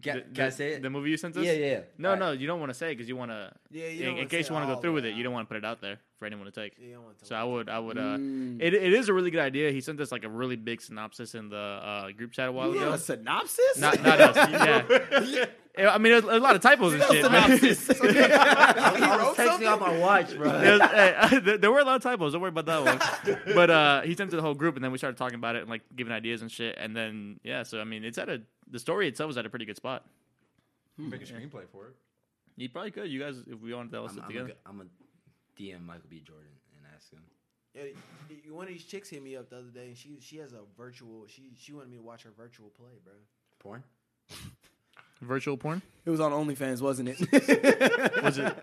S4: Can,
S2: the,
S4: can
S2: the-
S4: I say it?
S2: The movie you sent us.
S4: yeah, yeah.
S2: No,
S4: Alright.
S2: no, you don't want to say because you want to.
S5: Yeah, you don't
S2: In, in
S5: wanna
S2: case you
S5: say
S2: want to go
S5: all
S2: through
S5: the
S2: with it,
S5: way
S2: you
S5: out.
S2: don't want to put it out there for anyone to take.
S5: Yeah, you don't want to.
S2: So I would, I would. Uh,
S3: Mm.
S2: it, it is a really good idea. He sent us like a really big synopsis in the uh, group chat a while
S3: You have
S2: ago.
S3: a synopsis?
S2: Not, not us. Yeah. Yeah, I mean, there's a lot of typos and shit. man.
S4: I was, I was texting off my watch, bro.
S2: There's- hey, there there were a lot of typos. Don't worry about that one. But uh, he sent it to the whole group, and then we started talking about it and like giving ideas and shit. And then yeah, so I mean, it's at a the story itself is at a pretty good spot.
S6: Make a screenplay for it.
S2: You probably could. You guys, if we wanted to, let's
S4: I'm,
S2: sit
S4: I'm, a,
S2: together.
S4: go- I'm a DM Michael B. Jordan and ask him.
S5: Yeah, y- y- one of these chicks hit me up the other day, and she she has a virtual. She she wanted me to watch her virtual play, bro.
S4: Porn?
S2: Virtual porn?
S3: It was on OnlyFans, wasn't it?
S2: Was it?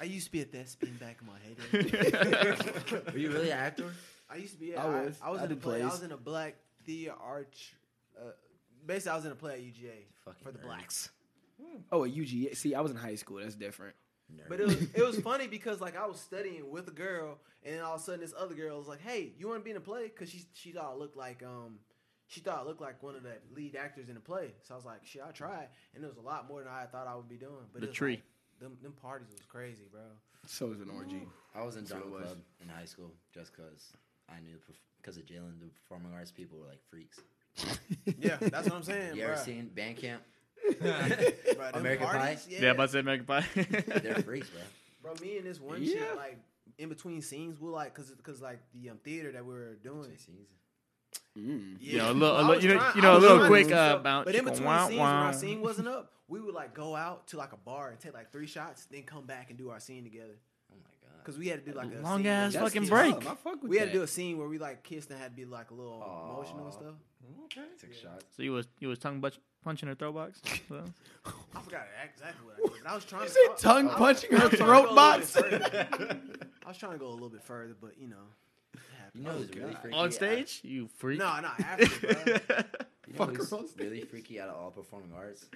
S5: I used to be at that spin back in my head.
S4: Were you really an actor?
S5: I used to be.
S3: I
S5: I I was.
S3: was.
S5: I,
S3: I
S5: in a
S3: did
S5: play. I
S3: plays.
S5: was in a black theater arch. Uh, basically, I was in a play at UGA
S4: Fucking
S5: for the
S4: nerd.
S5: blacks.
S3: oh, a UG. See, I was in high school. That's different.
S5: But it was it was funny because like I was studying with a girl, and then all of a sudden this other girl was like, "Hey, you want to be in a play?" Because she she thought I looked like um she thought I looked like one of the lead actors in the play. So I was like, "Shit, I tried," and it was a lot more than I thought I would be doing. But
S2: The
S5: it was
S2: tree.
S5: like, them, them parties was crazy, bro.
S3: So was an orgy.
S4: I was in drama
S3: what it was.
S4: club in high school just because I knew because of Jalen, the performing arts people were like freaks.
S5: Yeah, that's what I'm saying.
S4: You
S5: bro.
S4: ever seen Bandcamp?
S5: Bro, them
S4: American
S5: parties,
S4: Pie?
S5: Yeah,
S2: Yeah, about to say American Pie.
S4: They're freaks, bro.
S5: bro. Me and this one
S3: Yeah.
S5: shit like in between scenes, we like because because like the um, theater that we were doing.
S3: Mm.
S2: You know, a little, a
S5: Yeah. I
S2: little
S5: was
S2: you know,
S5: trying-
S2: you
S5: I
S2: know, a
S5: was
S2: little
S5: trying
S2: quick
S5: to do
S2: uh,
S5: stuff,
S2: bounce.
S5: But in between
S2: Wah,
S5: scenes, when
S2: wah.
S5: our scene wasn't up, we would like go out to like a bar and take like three shots, then come back and do our scene together.
S4: Oh my god.
S5: Cause we had to do like a
S2: Long
S5: scene
S2: ass
S5: where-
S3: That's
S2: fucking
S3: what's
S2: break.
S3: up. I fuck with
S5: We had to
S3: that.
S5: do a scene where we like kissed and had to be like a little
S4: Aw.
S5: emotional and stuff.
S6: Okay.
S4: Took shots.
S2: So you was you was tongue butch- punching her throw box. So-
S5: I forgot exactly what I did, but I was trying.
S3: You
S5: to-
S3: said
S5: I-
S3: tongue
S5: I-
S3: punching
S5: I
S3: her
S5: was trying to go
S3: throat
S5: a little bit
S3: box.
S5: further. I was trying to go a little bit further, but you know, it
S4: You
S5: happened. Oh,
S4: know who's really freaky?
S2: on stage, you freak.
S5: no, no, after, bro.
S4: You know
S3: Fuck
S4: who's
S3: girls.
S4: really freaky out of all performing arts?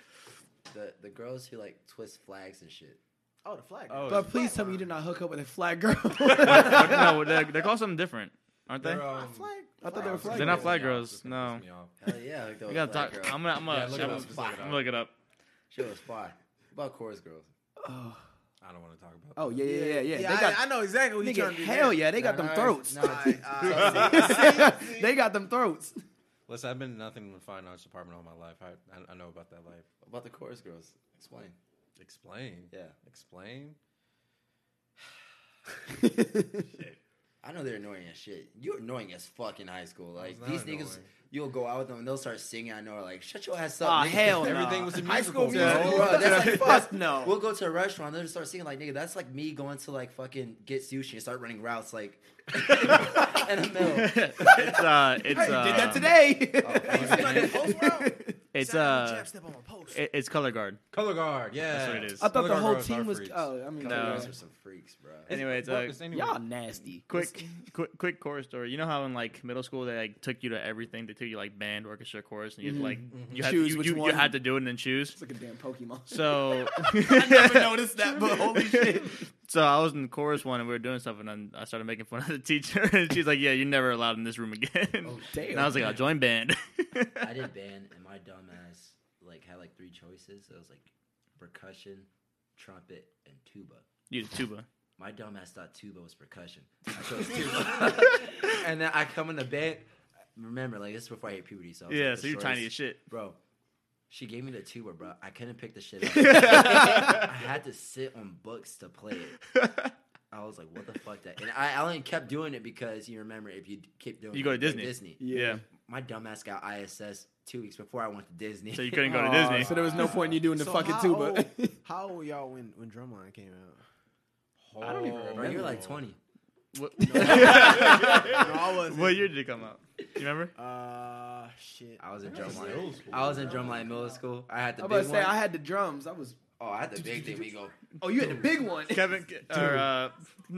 S4: The the girls who like twist flags and shit.
S5: Oh, the flag.
S6: Oh,
S3: But please tell me you did not hook up with a flat girl.
S2: What- no, they're, they're called something different, aren't they?
S6: They're, um,
S5: flag.
S3: I thought they were flat.
S2: They're not
S3: girls.
S2: fly
S6: flag
S2: girls, no.
S4: Hell yeah, like
S2: We
S4: those
S2: gotta
S4: black
S2: talk.
S4: girls.
S2: I'm gonna, I'm gonna,
S6: Yeah, look it
S2: I'm
S6: up.
S2: gonna
S6: Just look it
S2: I'm
S6: up.
S2: gonna look it up.
S4: She was fly. What about chorus girls?
S3: Oh.
S6: I don't want to talk about.
S3: Oh yeah, yeah, yeah, yeah. They
S5: I,
S3: got
S5: I know exactly what you're
S3: nigga,
S5: trying to do.
S3: hell
S5: there.
S3: yeah, they got
S4: Nah,
S3: them
S4: nah,
S3: throats.
S4: nah, it's-
S3: they got them throats.
S6: Listen, I've been in nothing in the fine arts department all my life. I, I I know about that life.
S4: About the chorus girls. Explain.
S6: Explain.
S4: Yeah.
S6: Explain.
S4: I know they're annoying as shit. You're annoying as fuck in high school. Like
S6: not
S4: these niggas,
S6: annoying.
S4: you'll go out with them and they'll start singing. I know, like shut your ass up.
S2: Aw,
S4: nigga.
S2: hell no.
S6: Everything was a
S4: High
S6: musical.
S4: school musical,
S6: bro.
S4: bro. That's like,
S3: Fuck no.
S4: We'll go to a restaurant, they'll just start singing like nigga. That's like me going to like fucking get sushi and start running routes like in the middle.
S2: it's uh, it's
S3: Hey,
S2: uh,
S3: did that today.
S2: It's
S5: Sound
S2: uh,
S5: like a jab step on my post.
S2: it- it's color guard.
S6: Color guard. Yeah.
S2: That's what it is.
S3: I thought
S6: Color
S3: the whole
S6: guards are
S3: team was.
S6: freaks.
S3: Oh, I mean,
S2: No.
S3: yeah.
S4: Those are some freaks, bro.
S2: Anyway, it's
S6: Well,
S2: uh,
S6: it's anyway-
S3: y'all nasty.
S2: quick, quick, quick chorus story. You know how in like middle school they like took you to everything. They took you like band, orchestra, chorus, and you had to, like you had
S3: Mm-hmm. Choose
S2: you,
S3: which
S2: you, you
S3: one.
S2: had to do it and then choose.
S3: It's like a damn Pokemon.
S2: So
S3: I never noticed that, but holy shit.
S2: So I was in the chorus one and we were doing stuff and then I started making fun of the teacher and she's like, "Yeah, you're never allowed in this room again."
S4: Oh,
S3: damn.
S2: And I was like, "I'll join band."
S4: I did band, and my dumb ass like had like three choices. It was like percussion, trumpet, and tuba.
S2: you did tuba.
S4: My dumb ass thought tuba was percussion. I chose tuba, and then I come in the band. Remember, like this is before I hit puberty, so I was,
S2: Yeah,
S4: like, the
S2: so you're tiny as
S4: shortest.
S2: shit.
S4: bro. She gave me the tuba, bro. I couldn't pick the shit up. I had to sit on books to play it. I was like, "What the fuck?" That and I, I only kept doing it because you remember if you d- keep doing,
S2: You
S4: it,
S2: go to
S4: you
S2: Disney.
S4: Disney.
S2: Yeah.
S4: My dumbass got ISS two weeks before I went to Disney.
S2: So you couldn't go to
S3: Aw,
S2: Disney.
S3: So there was no point in you doing the
S5: So
S3: fucking
S5: how
S3: tuba.
S5: old- how old were y'all when when Drumline came out?
S6: I don't even remember.
S4: Bro, you're
S3: Oh.
S4: like 20.
S2: what,
S5: No, I wasn't.
S2: what year did it come out? You remember?
S5: Uh, shit.
S4: I was in
S6: This is
S4: drumline.
S6: old school.
S4: I was in drumline middle school. I had the
S3: I'm about
S4: big
S3: to say
S4: one.
S3: I had the drums. I was.
S4: oh, I had the big thing. We go.
S3: Oh, you had the big one.
S2: Kevin or uh,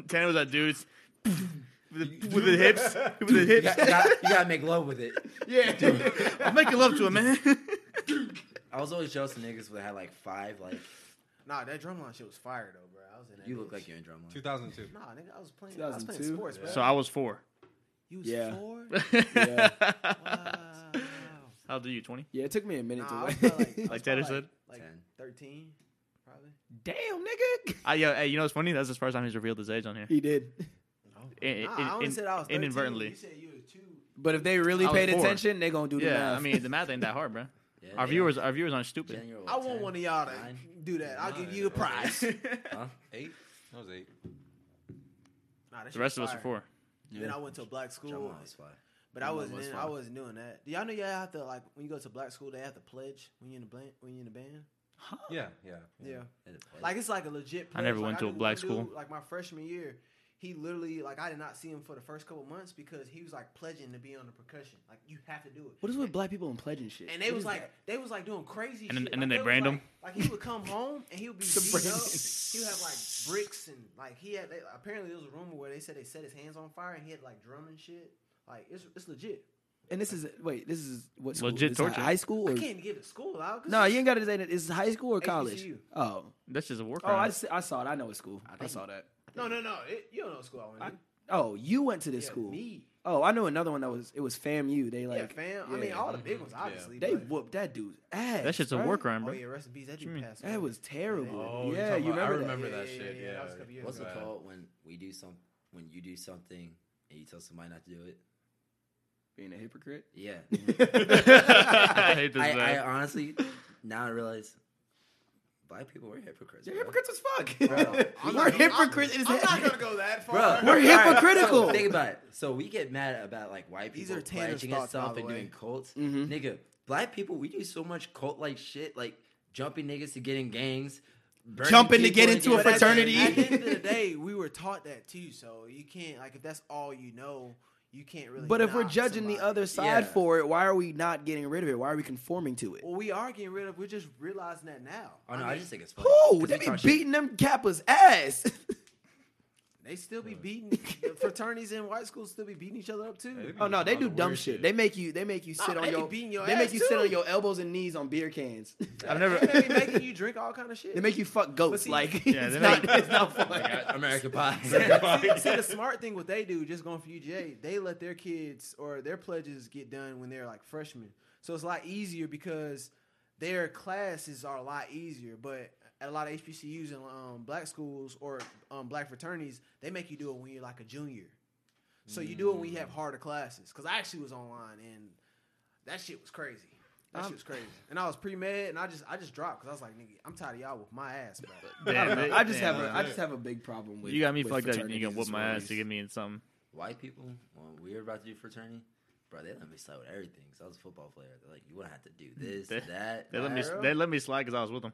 S2: Tanner was that dude with the, with the hips, with the
S4: You
S2: hips.
S4: got- you got- you gotta make love with it.
S3: Yeah.
S2: I'm making love to him, man.
S4: I was always jealous of niggas that had like five. Like
S5: Nah, that Drumline shit was fire though, bro. I was in that.
S4: you look
S5: bitch.
S4: like you're in drumline.
S6: 2002.
S5: Nah, nigga, I was playing. I was playing
S3: 2002?
S5: sports, bro.
S2: So I was four.
S5: you was
S3: Yeah.
S5: four.
S3: Yeah.
S5: Wow.
S2: How old are you? Twenty?
S3: Yeah, it took me a minute
S5: Nah, I was
S3: to.
S5: probably like, I was
S2: Like Tanner
S5: probably
S2: said?
S5: like, like
S4: 10.
S5: thirteen, probably.
S3: Damn, nigga.
S2: I, yeah, hey, you know what's funny? That's the first time he's revealed his age on here.
S3: He did.
S2: In-
S5: Nah,
S3: Ah,
S2: in-
S5: I only
S2: in-
S5: said I was 13.
S2: inadvertently.
S5: You said you were two.
S3: But if they really
S2: I was
S3: paid
S2: four.
S3: attention, they gonna do the
S2: Yeah,
S3: math.
S2: I mean the math ain't that hard, bro.
S4: Yeah,
S2: Our
S4: they
S2: viewers,
S4: are.
S2: our viewers aren't stupid.
S4: Jen, you're what,
S5: I want
S4: 10?
S5: one of y'all to
S4: Nine?
S5: do that. I'll give
S6: Nine.
S5: you a prize.
S4: Huh?
S6: Eight. That was eight.
S5: Nah, that shit
S2: The rest of
S5: was
S2: us are
S5: fire.
S2: four.
S5: Then I went to a black school,
S4: Drumline was fine.
S5: but I
S4: Drumline
S5: wasn't.
S4: was
S5: in-
S4: fun.
S5: I wasn't doing that. Do y'all know y'all have to like when you go to black school, they have to pledge when you in the band. When you in the band,
S6: Yeah, yeah.
S5: yeah.
S4: They had to play.
S5: Like it's like a legit.
S2: I never
S5: pledge.
S2: went
S5: Like,
S2: to a
S5: knew
S2: black
S5: one dude,
S2: school.
S5: like my freshman year, he literally like I did not see him for the first couple months because he was like pledging to be on the percussion. Like you have to do it.
S3: What is with black people and pledging shit?
S5: And they
S3: What
S5: was
S3: is
S5: like,
S3: that?
S5: they was like doing crazy.
S2: And then-
S5: shit.
S2: and then
S5: Like,
S2: they brand
S5: was,
S2: him.
S5: Like, like he would come home and he would be beat
S3: brand
S5: up.
S3: him.
S5: He would have like bricks and like he had. They, apparently, there was a rumor where they said they set his hands on fire and he had like drum and shit. Like it's it's legit.
S3: and this is wait, this is what school?
S2: Legit
S3: This is
S2: torture.
S3: High school
S5: I
S3: or
S5: can't give the school out. 'cause
S3: no? You ain't got to say that. Is it high school or college?
S5: HBCU.
S3: Oh,
S2: That's just a war
S3: oh, I,
S2: crime.
S3: s- I saw it. I know it's school. I, saw that.
S5: no, no, no. It, you don't know what school I went to.
S3: Oh, you went to this
S5: Yeah,
S3: school.
S5: Me.
S3: Oh, I know another one that was it was FAMU. They
S5: Yeah,
S3: like
S5: fam. I mean,
S3: yeah.
S5: all the big ones, obviously.
S3: they
S5: but-
S3: whooped that dudude's ass.
S2: that shit's a
S3: bruh.
S2: war crime,
S5: Oh
S2: bro.
S5: yeah, rest in peace. That dude passed. away.
S3: That was terrible.
S6: Oh, you're
S3: yeah,
S6: talking
S3: you
S6: about- I
S3: remember,
S6: remember
S3: that?
S6: that shit,
S5: that was a
S6: yeah.
S5: couple years
S4: What's
S5: ago.
S4: it
S6: Right.
S4: called when we do some when you do something and you tell somebody not to do it?
S3: Being a hypocrite.
S4: Yeah.
S2: I hate this
S4: I, I
S2: man.
S4: honestly now I realize black people were hypocrites.
S3: You're
S4: bro.
S3: hypocrites as fuck.
S5: I'm
S3: We're
S5: not gonna-
S3: hypocrites.
S5: I'm not gonna go that
S4: Bro,
S5: far.
S3: We're
S4: all right,
S3: hypocritical.
S4: so think about it. So we get mad about like white
S5: These
S4: people
S5: are Tanner's
S4: pledging
S5: thoughts,
S4: and
S5: by
S4: stuff
S5: the
S4: and
S5: way.
S4: doing cults.
S3: Mhm.
S4: Nigga, black people, we do so much cult like shit, like jumping niggas to get in gangs, burning
S7: Jumping to
S4: people
S7: get
S4: and
S7: into a
S4: getting-
S5: But at the-
S7: fraternity.
S5: At the end of the day, we were taught that too. So you can't like if that's all you know, you can't really.
S3: But if we're
S5: knock
S3: judging the
S5: somebody.
S3: other side
S4: Yeah.
S3: for it, why are we not getting rid of it? Why are we conforming to it?
S5: well, we are getting rid of. We're just realizing that now.
S4: Oh no,
S5: mean,
S4: I just think it's funny. 'cause
S3: Who?
S4: we
S3: They be
S4: talk shit.
S3: beating them Kappa's ass.
S5: they still be beating the fraternities in white schools. Still be beating each other up too.
S3: oh no, they do
S6: Weird
S3: dumb shit. They make you. They make you sit
S5: Oh,
S3: on
S5: they be
S3: your.
S5: beating your
S3: they
S5: ass,
S3: make you sit
S5: too.
S3: on your elbows and knees on beer cans.
S2: I've never.
S5: And they be making you drink all kind of shit.
S3: they make you fuck goats.
S5: see-
S3: like
S2: Yeah,
S3: it's,
S2: they
S3: not,
S2: make-
S3: it's not fun.
S4: American uh, Pie.
S5: see, see, the smart thing what they do, just going for UGA, they let their kids or their pledges get done when they're like freshmen. So it's a lot easier because their classes are a lot easier. But at a lot of HBCUs and um, black schools or um, black fraternities, they make you do it when you're like a junior. So you do it when you have harder classes. Because I actually was online and that shit was crazy. That shit was crazy, and I was pre med, and I just I just dropped because I was like, "Nigga, I'm tired of y'all with my ass, bro."
S3: I,
S2: Damn,
S3: don't
S2: it-
S3: know. I just
S2: damn,
S3: have. A,
S2: it.
S3: I just have a big problem with.
S2: You got me
S3: with
S2: fucked up. and You
S3: fraternities
S2: gonna whoop
S3: and
S2: my ass to
S3: sororities.
S2: get me in something.
S4: white people, when we were about to do fraternity, bro, they let me slide with everything. Cause I was a football player. They're like, you wouldn't have to do this,
S2: They-
S4: that.
S2: They let me.
S4: that."
S2: They let me slide because I was with them.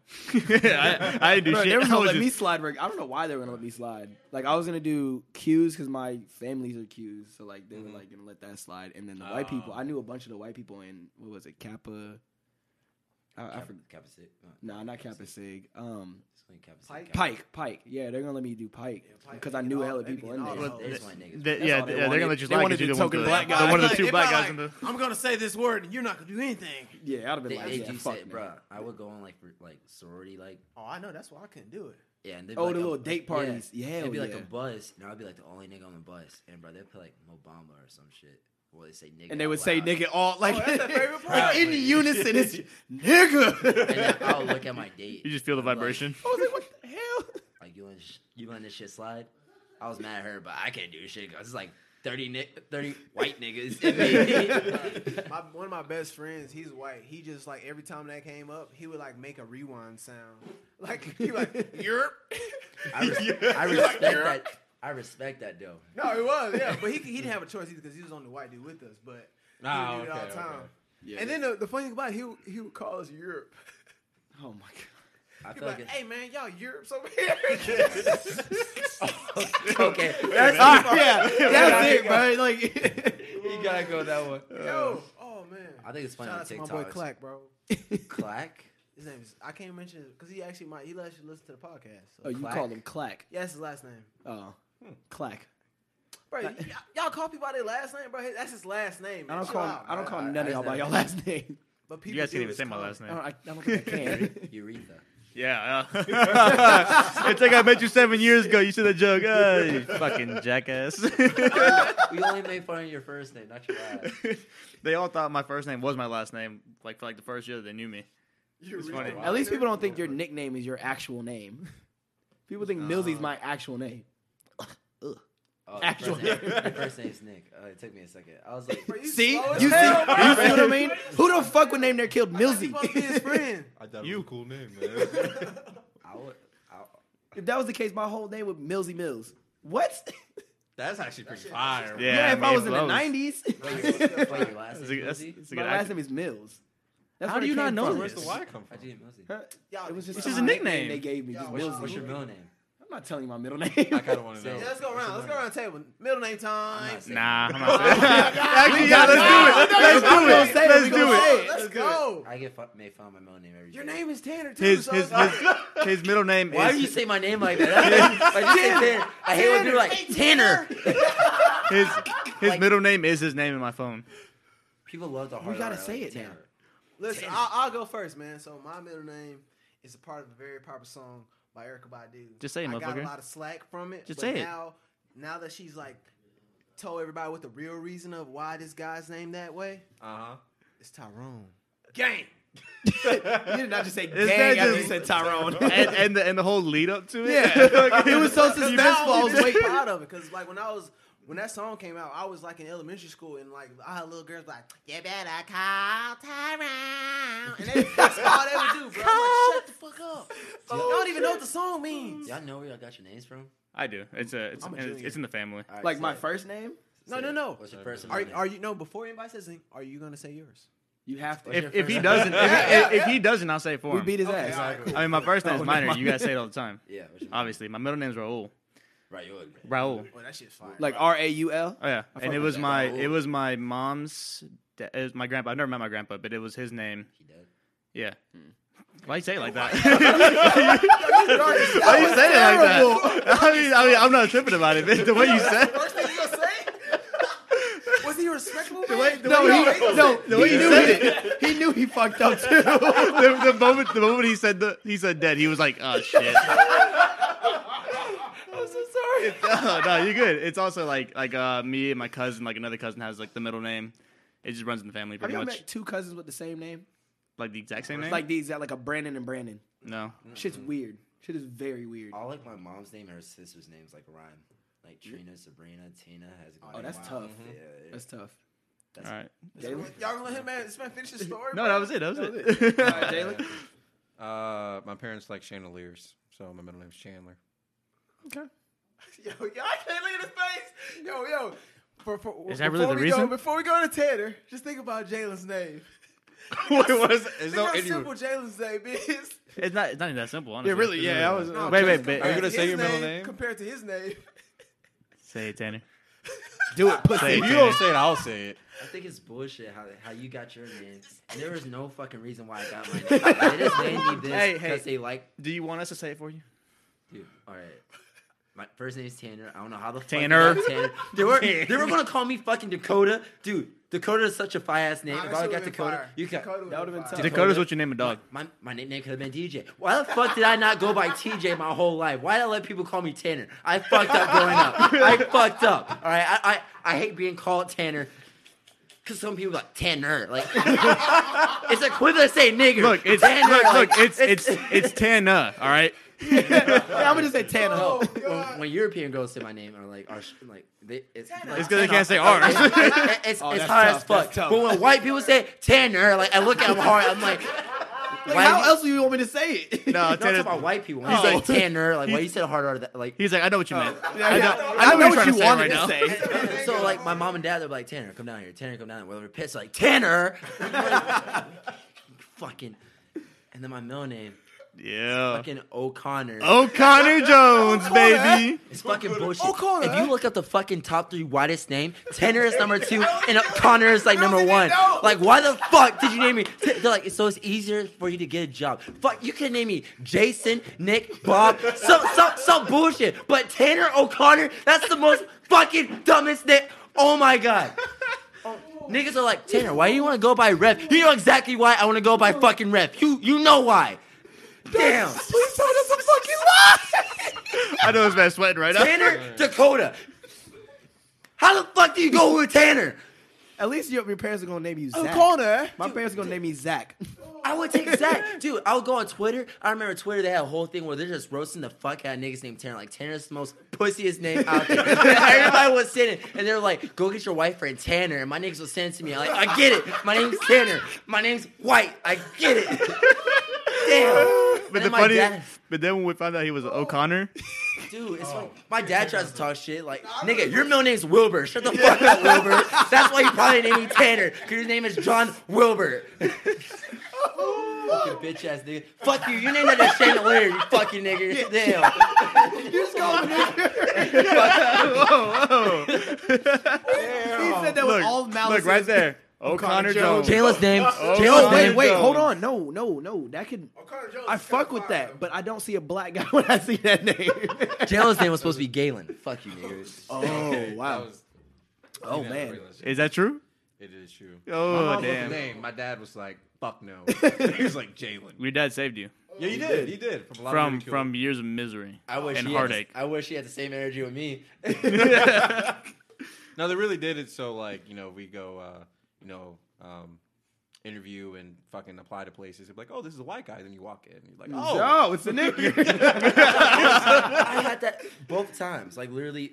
S2: I, I didn't do
S3: Bro,
S2: shit.
S3: they were
S2: I
S3: gonna
S2: was
S3: let me
S2: just-
S3: slide. reg- I don't know why they were gonna let me slide. Like I was gonna do Qs because my families are Qs, so like they
S5: Mm-hmm.
S3: were like gonna let that slide. And then the white
S6: Oh.
S3: people,
S5: Ah.
S3: I knew a bunch of the white people in what was it Kappa? I, I
S4: Cap-
S3: forgot.
S4: Kappa Sig. No,
S3: Nah, not Kappa Sig. Um,
S4: it's like Kappa Sig,
S5: Pike?
S4: Kappa-
S3: Pike, Pike. Yeah, they're gonna let me do Pike
S5: Yeah, Pike.
S3: because I
S5: They
S3: knew
S5: get
S3: a
S5: all-
S3: hella
S5: they
S3: people
S5: get
S3: in
S5: all
S3: there.
S5: the-
S2: they-
S4: There's my niggas.
S2: they- yeah,
S3: all they
S2: they are gonna
S3: wanted.
S2: let you
S7: They
S2: slide
S7: wanted
S2: because you're
S7: the
S2: the one
S7: token
S2: with
S7: black
S2: the-
S7: guy.
S2: the one of the
S5: Like,
S2: two
S5: if
S2: black
S5: I,
S2: guys.
S5: like,
S2: in the-
S5: I'm gonna say this word, and you're not gonna do anything.
S3: Yeah, I'd have been
S4: They,
S3: like,
S4: they
S3: yeah,
S4: do
S3: fuck,
S4: say,
S3: man.
S4: bro, I would go on like for, like sorority like
S5: Oh, I know. That's why I couldn't do it.
S4: yeah. And they'd be
S3: Oh,
S4: like
S3: the
S4: a-
S3: little date parties. Yeah,
S4: it'd be like
S3: yeah.
S4: a bus, and I'd be like the only nigga on the bus, and bro, they'd play like Obama or some shit. Well, they say nigga,
S3: And they would
S4: out
S3: say
S4: loud.
S3: nigga all like,
S5: Oh, that's their favorite
S3: like, in
S4: part.
S3: unison. It's nigga.
S4: And then I'll look at my date.
S2: You just feel the
S4: and I'm like-
S2: vibration.
S3: I was like, what the hell?
S4: Like you letting sh- you letting this shit slide? I was mad at her, but I can't do shit because it's like 30, ni- 30 white niggas. in me.
S5: My, one of my best friends, he's white. He just like every time that came up, he would like make a rewind sound. Like he like Europe.
S4: I, res- I respect that. I respect that though.
S5: No, it was yeah, but he he didn't have a choice either because he was on the white dude with us. But he
S6: Ah,
S5: would do it all
S6: okay,
S5: the time.
S6: okay.
S5: and then the, the funny thing about it, he would- he would call us Europe.
S3: Oh my god.
S4: I
S5: He'd
S4: feel
S5: be
S4: like,
S5: like,
S4: it-
S5: "Hey man, y'all Europe's over here."
S4: okay,
S3: That's it, bro. Like.
S4: you gotta go that one.
S5: Yo, oh man.
S4: I think it's funny
S5: Shout
S4: on
S5: out to my
S4: TikTok.
S5: boy
S4: it's
S5: Clack, bro.
S4: Clack.
S5: His name is I can't mention it because he actually might he lets you listen to the podcast. So.
S3: Oh, you
S4: Clack.
S3: call him Clack.
S5: Yeah, that's his last name.
S3: Oh, Clack.
S5: Bro, y- y'all call people by their last name, bro. That's his last name.
S3: I
S5: Man.
S3: don't
S5: Chill
S3: call.
S5: out,
S3: I don't
S5: bro.
S3: call
S4: I-
S3: none of
S4: I
S3: y'all by
S4: never-
S3: your last name.
S5: But
S2: You
S5: people
S2: guys
S5: do
S2: can't even
S5: is
S2: say my
S5: call
S2: last
S5: him.
S3: I
S2: name.
S3: don't, I don't think I can.
S4: Uretha.
S2: Yeah. Uh, it's like I met you seven years ago. You should have joke. Uh, you fucking jackass.
S4: we only made fun of your first name, not your last.
S2: they all thought my first name was my last name. Like for like the first year that they knew me. It's funny.
S3: At least people don't think your nickname is your actual name. People think Millsy's
S2: Uh.
S3: my actual name.
S4: Oh, your
S3: Actual
S4: first name- your first name's Nick. Oh, it took me a second. I was like,
S5: Bro, you
S3: See, you
S5: slow as
S3: see, you see
S5: Oh, hell, bro.
S3: what I mean? Who the fuck would name their kid
S5: I thought you supposed to be his
S3: Millsy?
S5: friend.
S6: I thought
S2: You-
S6: it was a cool name, man.
S4: I would. I,
S3: if that was the case, my whole name would Millsy Mills. What?
S6: That's actually pretty fire.
S2: Yeah,
S3: Yeah,
S2: I
S3: if I
S2: mean,
S3: was in the
S2: that was-
S3: nineties,
S4: wait, your
S2: That's
S4: last name
S2: a, that's,
S4: Mosey?
S2: that's a
S3: my
S2: good
S3: last
S2: actor.
S3: name is Mills. That's
S2: How
S3: where
S2: do
S3: it
S2: you not
S3: came
S2: know
S3: from.
S2: this?
S6: Where's the Y come from?
S4: How'd you get Mosey?
S3: Huh?
S5: Y'all
S3: It was just
S2: This is
S3: some
S2: a nickname.
S3: they gave me. Just
S5: Yo,
S4: What's,
S3: Millsy.
S4: what's your middle name?
S3: not telling you my middle name. I
S6: kind of want to know.
S5: Yeah, let's go around. Let's go around the table. Middle name time.
S2: Nah, I'm not saying
S7: Actually, yeah, let's do it. Let's do it.
S3: Let's
S7: do it.
S5: Let's go.
S4: I get fu- made fun of my middle name every day.
S5: Your name is Tanner too.
S2: his
S5: so
S2: his
S5: it's like-
S2: his, his middle name
S4: Why do you
S2: is
S4: say my name like that? Why do you say Tanner? I hate when people are like Tanner.
S2: his his middle name is his name in my phone.
S4: People love the hard.
S3: gotta
S4: R, I
S3: say
S4: like
S3: it now.
S4: Tanner.
S5: Listen, I'll, I'll go first, man. So my middle name is a part of a very popular song by Erica Badu.
S2: Just say it,
S5: I got a
S2: motherfucker.
S5: lot of slack from it.
S2: Just
S5: but
S2: say it.
S5: now, Now that she's like told everybody what the real reason of why this guy's named that way,
S6: Uh
S5: it's Tyrone.
S6: Gang. Uh-huh.
S3: You did not just say
S2: Is
S3: gang.
S2: that
S3: I
S2: just-
S3: just said Tyrone.
S2: And, and the and the whole lead up to it.
S3: yeah, it was so suspenseful.
S5: Now
S3: I
S5: I'm
S3: was
S5: just
S3: waiting.
S5: proud of it because like when I was when that song came out, I was like in elementary school and like I had little girls like you better call Tyrone, and they, that's all they would do, bro. I'm like, shut the fuck up. I don't even know what the song means.
S4: Y'all know where y'all got your names from?
S2: I do. It's a it's
S5: I'm a
S2: it's,
S5: junior.
S2: it's in the family.
S4: All right,
S3: Like
S4: say
S3: my
S4: it.
S3: first name,
S5: No,
S4: Say
S5: no,
S4: it.
S5: no.
S4: What's your first?
S5: Are
S4: name?
S5: are you no before anybody says anything? Are you gonna say yours?
S3: you have to.
S2: If if he doesn't if, if, if he doesn't, I'll say it for
S3: we
S2: him.
S3: beat Oh, his ass.
S2: I mean, my first name is Minor. You guys say it all the time.
S4: Yeah, what's your
S2: Obviously, my middle name is Raul.
S4: Right, you would.
S2: Raul.
S5: Well, that shit's fire.
S3: Like R A U L.
S2: Oh yeah, and
S3: fuck
S2: it
S3: with
S2: was
S4: that.
S2: my
S4: Raul.
S2: it was my mom's. da- It was my grandpa. I never met my grandpa, but it was his name.
S4: He dead.
S2: Yeah. Hmm. Why you say it like that? Why you
S5: That
S2: say it like that? I mean, I mean, I'm not tripping about it. but The way you said,
S5: was- first thing you gonna say? Was he a respectable? man?
S3: No, he, no,
S2: the way you said it,
S3: he knew he fucked up too.
S2: the, the moment, the moment he said the he said dead, he was like, oh shit.
S3: I'm so sorry.
S2: oh, no, no, you're good. It's also like like uh, me and my cousin, like another cousin has like the middle name. It just runs in the family
S3: Have
S2: pretty
S3: y'all
S2: much,
S3: met two cousins with the same name?
S2: like the exact same Mm-hmm. name.
S3: Like these, uh, like a Brandon and Brandon.
S2: no,
S3: Shit's weird. Shit is very weird.
S4: All like my mom's name and her sister's names like rhyme. Like Trina, Sabrina, Tina has.
S3: Oh, that's tough.
S4: Yeah, yeah.
S3: That's tough.
S2: all right.
S3: Jalen?
S5: Y'all gonna let him man, this man finish his story?
S2: No,
S5: bro?
S2: that was it. That was
S3: That was
S2: it.
S3: All right, Jalen.
S6: Uh, my parents like chandeliers, so my middle name's Chandler.
S5: Yo, y'all can't look at his face. Yo, yo. For, for,
S2: Is that
S5: before
S2: really the
S5: we Go,
S2: reason?
S5: before we go to Tanner, just think about Jalen's name.
S6: what was it? There's
S5: Think
S6: no
S5: how
S6: any-
S5: simple Jalen's name is.
S2: It's not. It's not even that simple. Honestly.
S7: Yeah, really.
S2: It's
S7: Yeah, I
S2: not.
S7: was.
S5: No,
S2: uh, Wait,
S5: just
S2: wait,
S5: compared
S2: wait.
S6: Are you gonna
S5: to
S6: say
S5: his
S6: your middle name?
S5: compared to his name?
S2: Say it, Tanner.
S3: Do it,
S2: Say
S3: pussy.
S2: it,
S6: If you
S2: Tanner.
S6: don't say it, I'll say it.
S4: I think it's bullshit how, how you got your name. And there was no fucking reason why I got my name. They just named
S2: Hey,
S4: me this
S2: hey.
S4: because they like.
S2: Do you want us to say it for you?
S4: Dude, all right. My first name is Tanner. I don't know how the fuck
S2: Tanner.
S4: you got Tanner. They were they were gonna call me fucking Dakota. Dude, Dakota is such a fire ass name. if I
S5: Honestly,
S4: got
S5: would've been
S4: Dakota,
S5: fire.
S4: you got
S5: Dakota
S3: That
S5: would've
S3: would've
S5: been
S4: been
S5: fire.
S2: Dakota's what you name a dog.
S4: My, my nickname could have been DJ. Why the fuck did I not go by TJ my whole life? Why did I let people call me Tanner? I fucked up growing up. I fucked up. All right. I, I, I hate being called Tanner. Cause some people are like Tanner. Like it's equivalent to say nigger.
S2: Look, it's
S4: Tanner,
S2: look,
S4: like,
S2: look, it's it's it's Tana. All right.
S3: I'm gonna just say Tanner.
S5: Oh,
S4: when,
S5: God.
S4: when European girls say my name are like are sh- like they, it's
S2: It's
S4: like,
S2: because they can't say Oh,
S4: it's,
S2: ours.
S4: it's, it's, it's
S3: that's
S4: hard
S3: tough,
S4: as fuck.
S3: that's tough.
S4: But when white people say Tanner, like I look at them hard, I'm like,
S3: Like,
S4: why
S3: how
S4: you-
S3: else do you want me to say it?
S2: No,
S4: No, I'm talking
S2: Tanner's-
S4: about white people. When you
S2: Oh.
S4: say Tanner, like why
S2: He's-
S4: you said harder that like
S2: He's like, I know what you meant.
S3: I know,
S2: I know what you're trying to say right
S3: wanted
S2: now.
S3: say.
S4: so like my mom and dad they're like Tanner come down here Tanner come down here whatever pissed like Tanner fucking and then my middle name
S2: Yeah.
S4: fucking O'Connor
S2: O'Connor Jones, baby.
S4: it's fucking bullshit
S5: O'Connor,
S4: if
S5: eh?
S4: you look up the fucking top three widest name Tanner is number two and O'Connor is like number
S5: even
S4: one
S5: know.
S4: like why the fuck did you name me T- they're like so it's easier for you to get a job fuck you can name me Jason Nick Bob some some some bullshit but Tanner O'Connor that's the most fucking dumbest name oh my god Niggas are like, Tanner, why do you want to go by ref? You know exactly why I want to go by fucking ref. You you know why. Damn.
S5: Please tell us a fucking lie.
S2: I know this man's sweating right now.
S4: Tanner, Dakota. How the fuck do you go with Tanner?
S3: At least your, your parents are gonna name you Zach.
S5: O'Connor.
S3: My parents are gonna name me Zach.
S4: I would take Zach. Dude, I would go on Twitter. I remember Twitter, they had a whole thing where they're just roasting the fuck out of niggas named Tanner. Like, Tanner's the most pussiest name out there. And everybody was sitting, and they're like, go get your white friend Tanner. And my niggas was sending to me. Like, I get it. My name's Tanner. My name's white. I get it. Damn.
S2: But
S4: And
S2: the
S4: my
S2: funny,
S4: dad-
S2: but then when we found out he was O'Connor,
S4: Dude, it's
S2: Oh.
S4: like my dad tries to talk shit. Like, nigga, your middle name's Wilbur. Shut the fuck up, Wilbur. That's why you probably named me Tanner, because your name is John Wilbur. fucking bitch ass nigga. Fuck you. You named that as chandelier, you fucking nigga. Damn.
S5: He said that
S2: Look,
S5: with all malice.
S2: look right there. O'Connor Jones.
S4: Jayla's name.
S3: No,
S2: Oh.
S4: Jayla's
S3: wait,
S2: Jalen
S4: name.
S3: wait,
S2: Jones.
S3: hold on. No, no, no. That could. I fuck with that, but I don't see a black guy when I see that name.
S4: Jayla's name was supposed to be Galen. Fuck you, niggas.
S3: oh wow. Oh
S6: Yeah,
S3: man.
S6: realistic.
S2: Is that true?
S6: It is true. My
S2: Oh
S6: mom looked the
S2: damn!
S6: name. My dad was like, "Fuck no." he was like, "Jalen."
S2: Your dad saved you
S6: Yeah, you did. You did from a lot
S2: from
S6: of ridicule.
S2: from years of misery
S4: I wish
S2: and
S4: he
S2: heartache.
S4: Had the, I wish he had the same energy with me.
S6: No, they really did it. So like, you know, we go, uh, you know, um, interview and fucking apply to places. They're like, "Oh, this is a white guy." Then you walk in, and you're like, "Oh,
S7: No, it's the nigga.
S4: I had that both times. Like literally,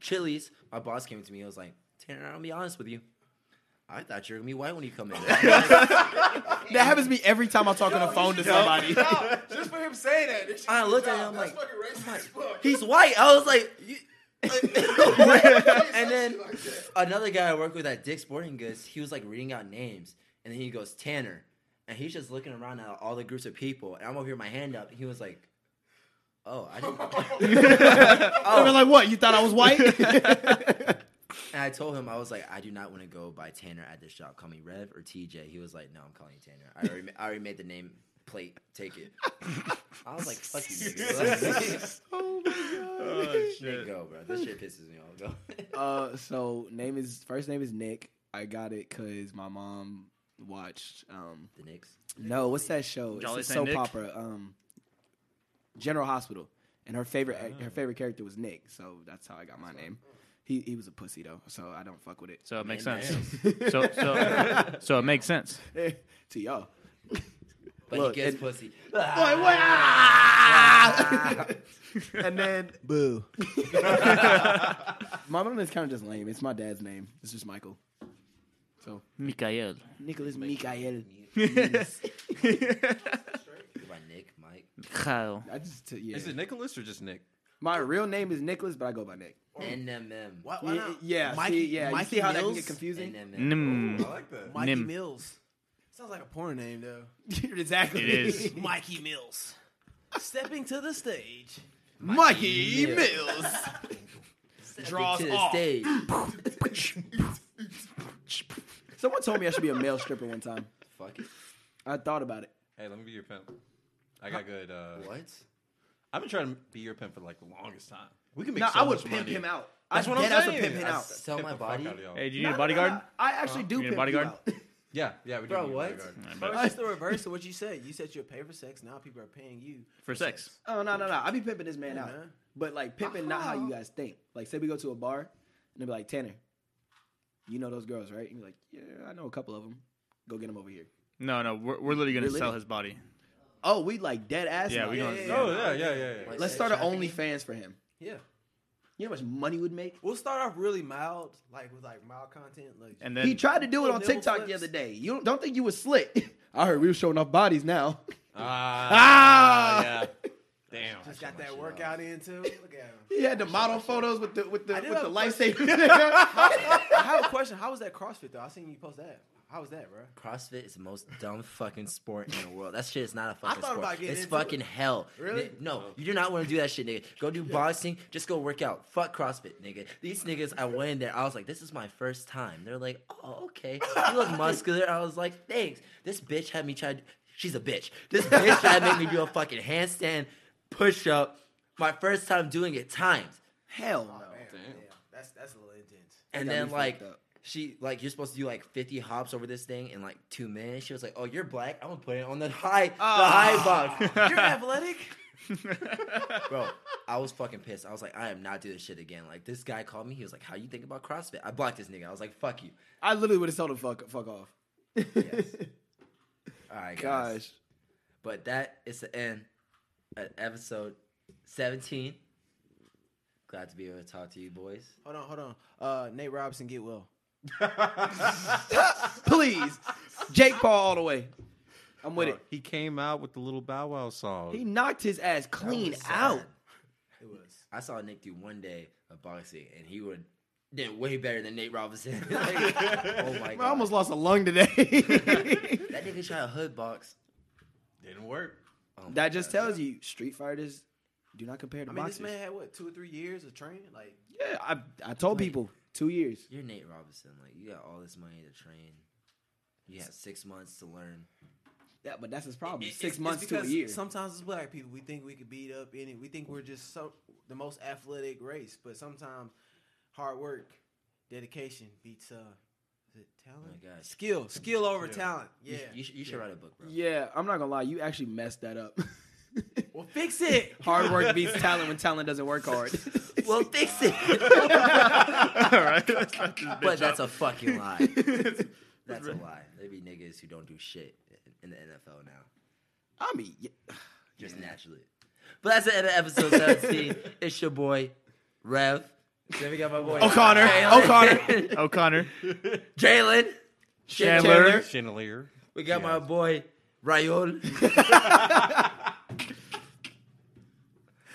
S4: Chili's. My boss came to me. I was like, Tanner, I'm gonna be honest with you. I thought you were gonna be white when you come in.
S3: That happens to me every time I talk on the phone to somebody.
S6: just for him saying that." It's
S4: I looked at him I'm like, I'm like, he's white. I was like, you- and then another guy I work with at Dick's Sporting Goods, he was like reading out names, and then he goes Tanner, and he's just looking around at all the groups of people, and I'm over here with my hand up, and he was like, "Oh, I didn't."
S3: I was like, what? You thought I was white?
S4: And I told him I was like, I do not want to go by Tanner at this shop. Call me Rev or TJ. He was like, No, I'm calling you Tanner. I already, I already made the name plate. Take it. I was like, Fuck you, nigga. Like,
S2: Oh
S4: there you
S2: shit!
S4: go, bro. This shit pisses me off. Go.
S3: uh, so name is first name is Nick. I got it because my mom watched. Um,
S4: the Knicks.
S3: no, what's that show?
S2: Jolly
S3: it's a
S2: Saint
S3: soap
S2: Nick?
S3: opera. Um, General Hospital, and her favorite act her favorite character was Nick. So that's how I got my name. He he was a pussy though, so I don't fuck with it.
S2: So it makes
S4: Man,
S2: sense. So so so it makes sense.
S3: to y'all.
S4: But
S3: Look,
S4: he gets
S3: and-
S4: pussy.
S3: and then boo. my mom is kind of just lame. It's my dad's name. It's just Michael. So
S2: Mikael.
S3: Nicholas Mikael.
S4: By Nick, Mike.
S2: Kyle.
S3: I just t- yeah.
S6: Is it Nicholas or just Nick?
S3: my real name is Nicholas, but I go by Nick.
S4: NMM.
S5: Why, why
S3: Yeah,
S5: not?
S3: yeah,
S5: Mikey,
S3: see, yeah.
S5: Mikey
S3: you see how that
S5: Mills?
S3: can get confusing?
S4: NMM.
S2: Mm.
S6: like that.
S5: Mikey
S2: Nim.
S5: Mills. Sounds like a porn name though.
S3: exactly.
S2: It is.
S5: Mikey Mills. Stepping to the stage.
S3: Mikey
S4: Yeah.
S3: Mills.
S4: Draws to the stage.
S3: Someone told me I should be a male stripper one time.
S4: Fuck it.
S3: I thought about it.
S6: Hey, let me be your pimp. I got good. Uh,
S4: What?
S6: I've been trying to be your pimp for like the longest time. We can make.
S3: No,
S6: so
S3: I would
S6: much
S3: pimp
S6: money.
S3: him out.
S6: That's
S3: I
S6: what I'm
S3: dead ass would
S6: saying.
S3: pimp him
S6: I
S3: out.
S4: Sell
S6: Pimp
S4: my
S6: the fuck
S4: body.
S6: out of y'all.
S2: Hey, do you
S3: No,
S2: need a
S3: no,
S2: bodyguard?
S3: no, I actually do
S2: You need a
S3: pimp
S2: bodyguard?
S3: you out.
S6: Yeah, yeah, we do.
S4: Bro,
S6: need a
S4: what?
S6: bodyguard.
S2: But
S5: It's the reverse of what you said. You said you're pay for sex. Now people are paying you
S2: For sex.
S3: Oh no no no! I be pimping this man out,
S5: man.
S3: but like pimping not how you
S6: Uh-huh.
S3: guys think. Like say we go to a bar, and they be like Tanner, you know those girls, right? And you're like, yeah, I know a couple of them. Go get them over here.
S2: No, no, we're, we're literally gonna
S3: Really?
S2: sell his body.
S3: Oh, we like dead ass.
S2: Yeah,
S3: now.
S2: we gonna.
S6: Oh yeah, yeah, yeah. yeah.
S3: Let's start an OnlyFans for him.
S5: Yeah.
S3: You know how much money would make?
S5: We'll start off really mild, like with like mild content. Like
S2: And then
S3: he tried to do it
S5: Little
S3: on
S5: nipple
S3: TikTok the
S5: flips.
S3: other day. You don't- don't think you was slick? I heard we were showing off bodies now.
S6: Ah, yeah. Damn.
S5: just got that workout in too. Look at him.
S3: He had the model photos with the with the
S5: I did
S3: with the
S5: have a question.
S3: lifesaver.
S5: I have a question. How was that CrossFit though? I seen you post that. How was that, bro?
S4: CrossFit is the most dumb fucking sport in the world. That shit is not a fucking
S5: thought
S4: sport.
S5: about getting
S4: it's
S5: into
S4: fucking
S5: it.
S4: hell.
S5: Really? Oh.
S4: Ni- no, you do not want to do that shit, nigga. Go do boxing. Just go work out. Fuck CrossFit, nigga. These niggas, I went in there. I was like, this is my first time. They're like, oh, okay. You look muscular. I was like, thanks. This bitch had me try. She's a bitch. This bitch tried to make me do a fucking handstand push up. My first time doing it times.
S3: Hell no.
S5: Yeah, that's that's a little intense.
S4: and
S3: got
S4: then
S3: me
S4: like
S3: fucked up.
S4: she like you're supposed to do like 50 hops over this thing in like two minutes. She was like, "Oh, you're black. I'm gonna put it on the high
S3: Ah.
S4: the high box,
S5: You're athletic.
S4: bro." I was fucking pissed. I was like, "I am not doing this shit again." Like this guy called me. He was like, "How you think about CrossFit?" I blocked this nigga. I was like, "Fuck you."
S3: I literally would have told him fuck fuck off.
S4: All right, guys.
S3: Gosh.
S4: But that is the end of episode 17. Glad to be able to talk to you boys.
S5: Hold on, hold on. Uh, Nate Robinson, get well.
S3: Please. Jake Paul all the way. I'm with it.
S6: He came out with the little Bow Wow song.
S3: He knocked his ass
S4: That was
S3: clean
S4: sad.
S3: out.
S5: It was.
S4: I saw Nick do one day of boxing, and he would did way better than Nate Robinson. Like, oh my god!
S3: I almost lost a lung today.
S4: That nigga tried to hood box
S6: Didn't work.
S3: that just tells you Street Fighters do not compare to
S5: I mean, this
S3: boxers.
S5: man had what two or three years of training. Like,
S3: yeah, I I told
S4: Like-
S3: people two years.
S4: You're Nate Robinson. Like you got all this money to train. You have six months to learn.
S3: Yeah, but that's his problem.
S5: it- it's-
S3: Six
S5: it's
S3: months to a
S5: because
S3: year.
S5: Sometimes as black people, we think we could beat up any. We think we're just so the most athletic race, but sometimes hard work, dedication beats uh, is it talent?
S4: Oh my gosh.
S5: Skill, skill over
S6: Yeah.
S5: talent.
S4: You
S5: Yeah.
S4: sh- You, sh- you should write a book, bro.
S3: yeah, I'm not gonna lie. You actually messed that up.
S5: well, fix it.
S3: hard work beats talent when talent doesn't work hard.
S4: Well, fix it.
S2: All right, let's cut this bitch
S4: but that's
S2: up.
S4: a fucking lie. That's a lie. There be niggas who don't do shit in in the NFL now,
S3: I mean, yeah,
S4: just naturally. But that's the end of episode 17. it's your boy, Rev. Then we got my boy
S2: O'Connor,
S4: Jalen.
S2: O'Connor, O'Connor,
S4: Jalen.
S2: Chandler.
S6: Chandelier.
S4: We got my boy, Rayol.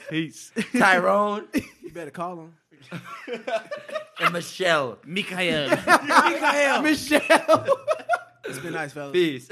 S2: Peace.
S4: Tyrone.
S5: You better call him.
S4: and Michelle.
S2: Mikael.
S5: Michelle. it's been nice, fellas.
S4: Peace.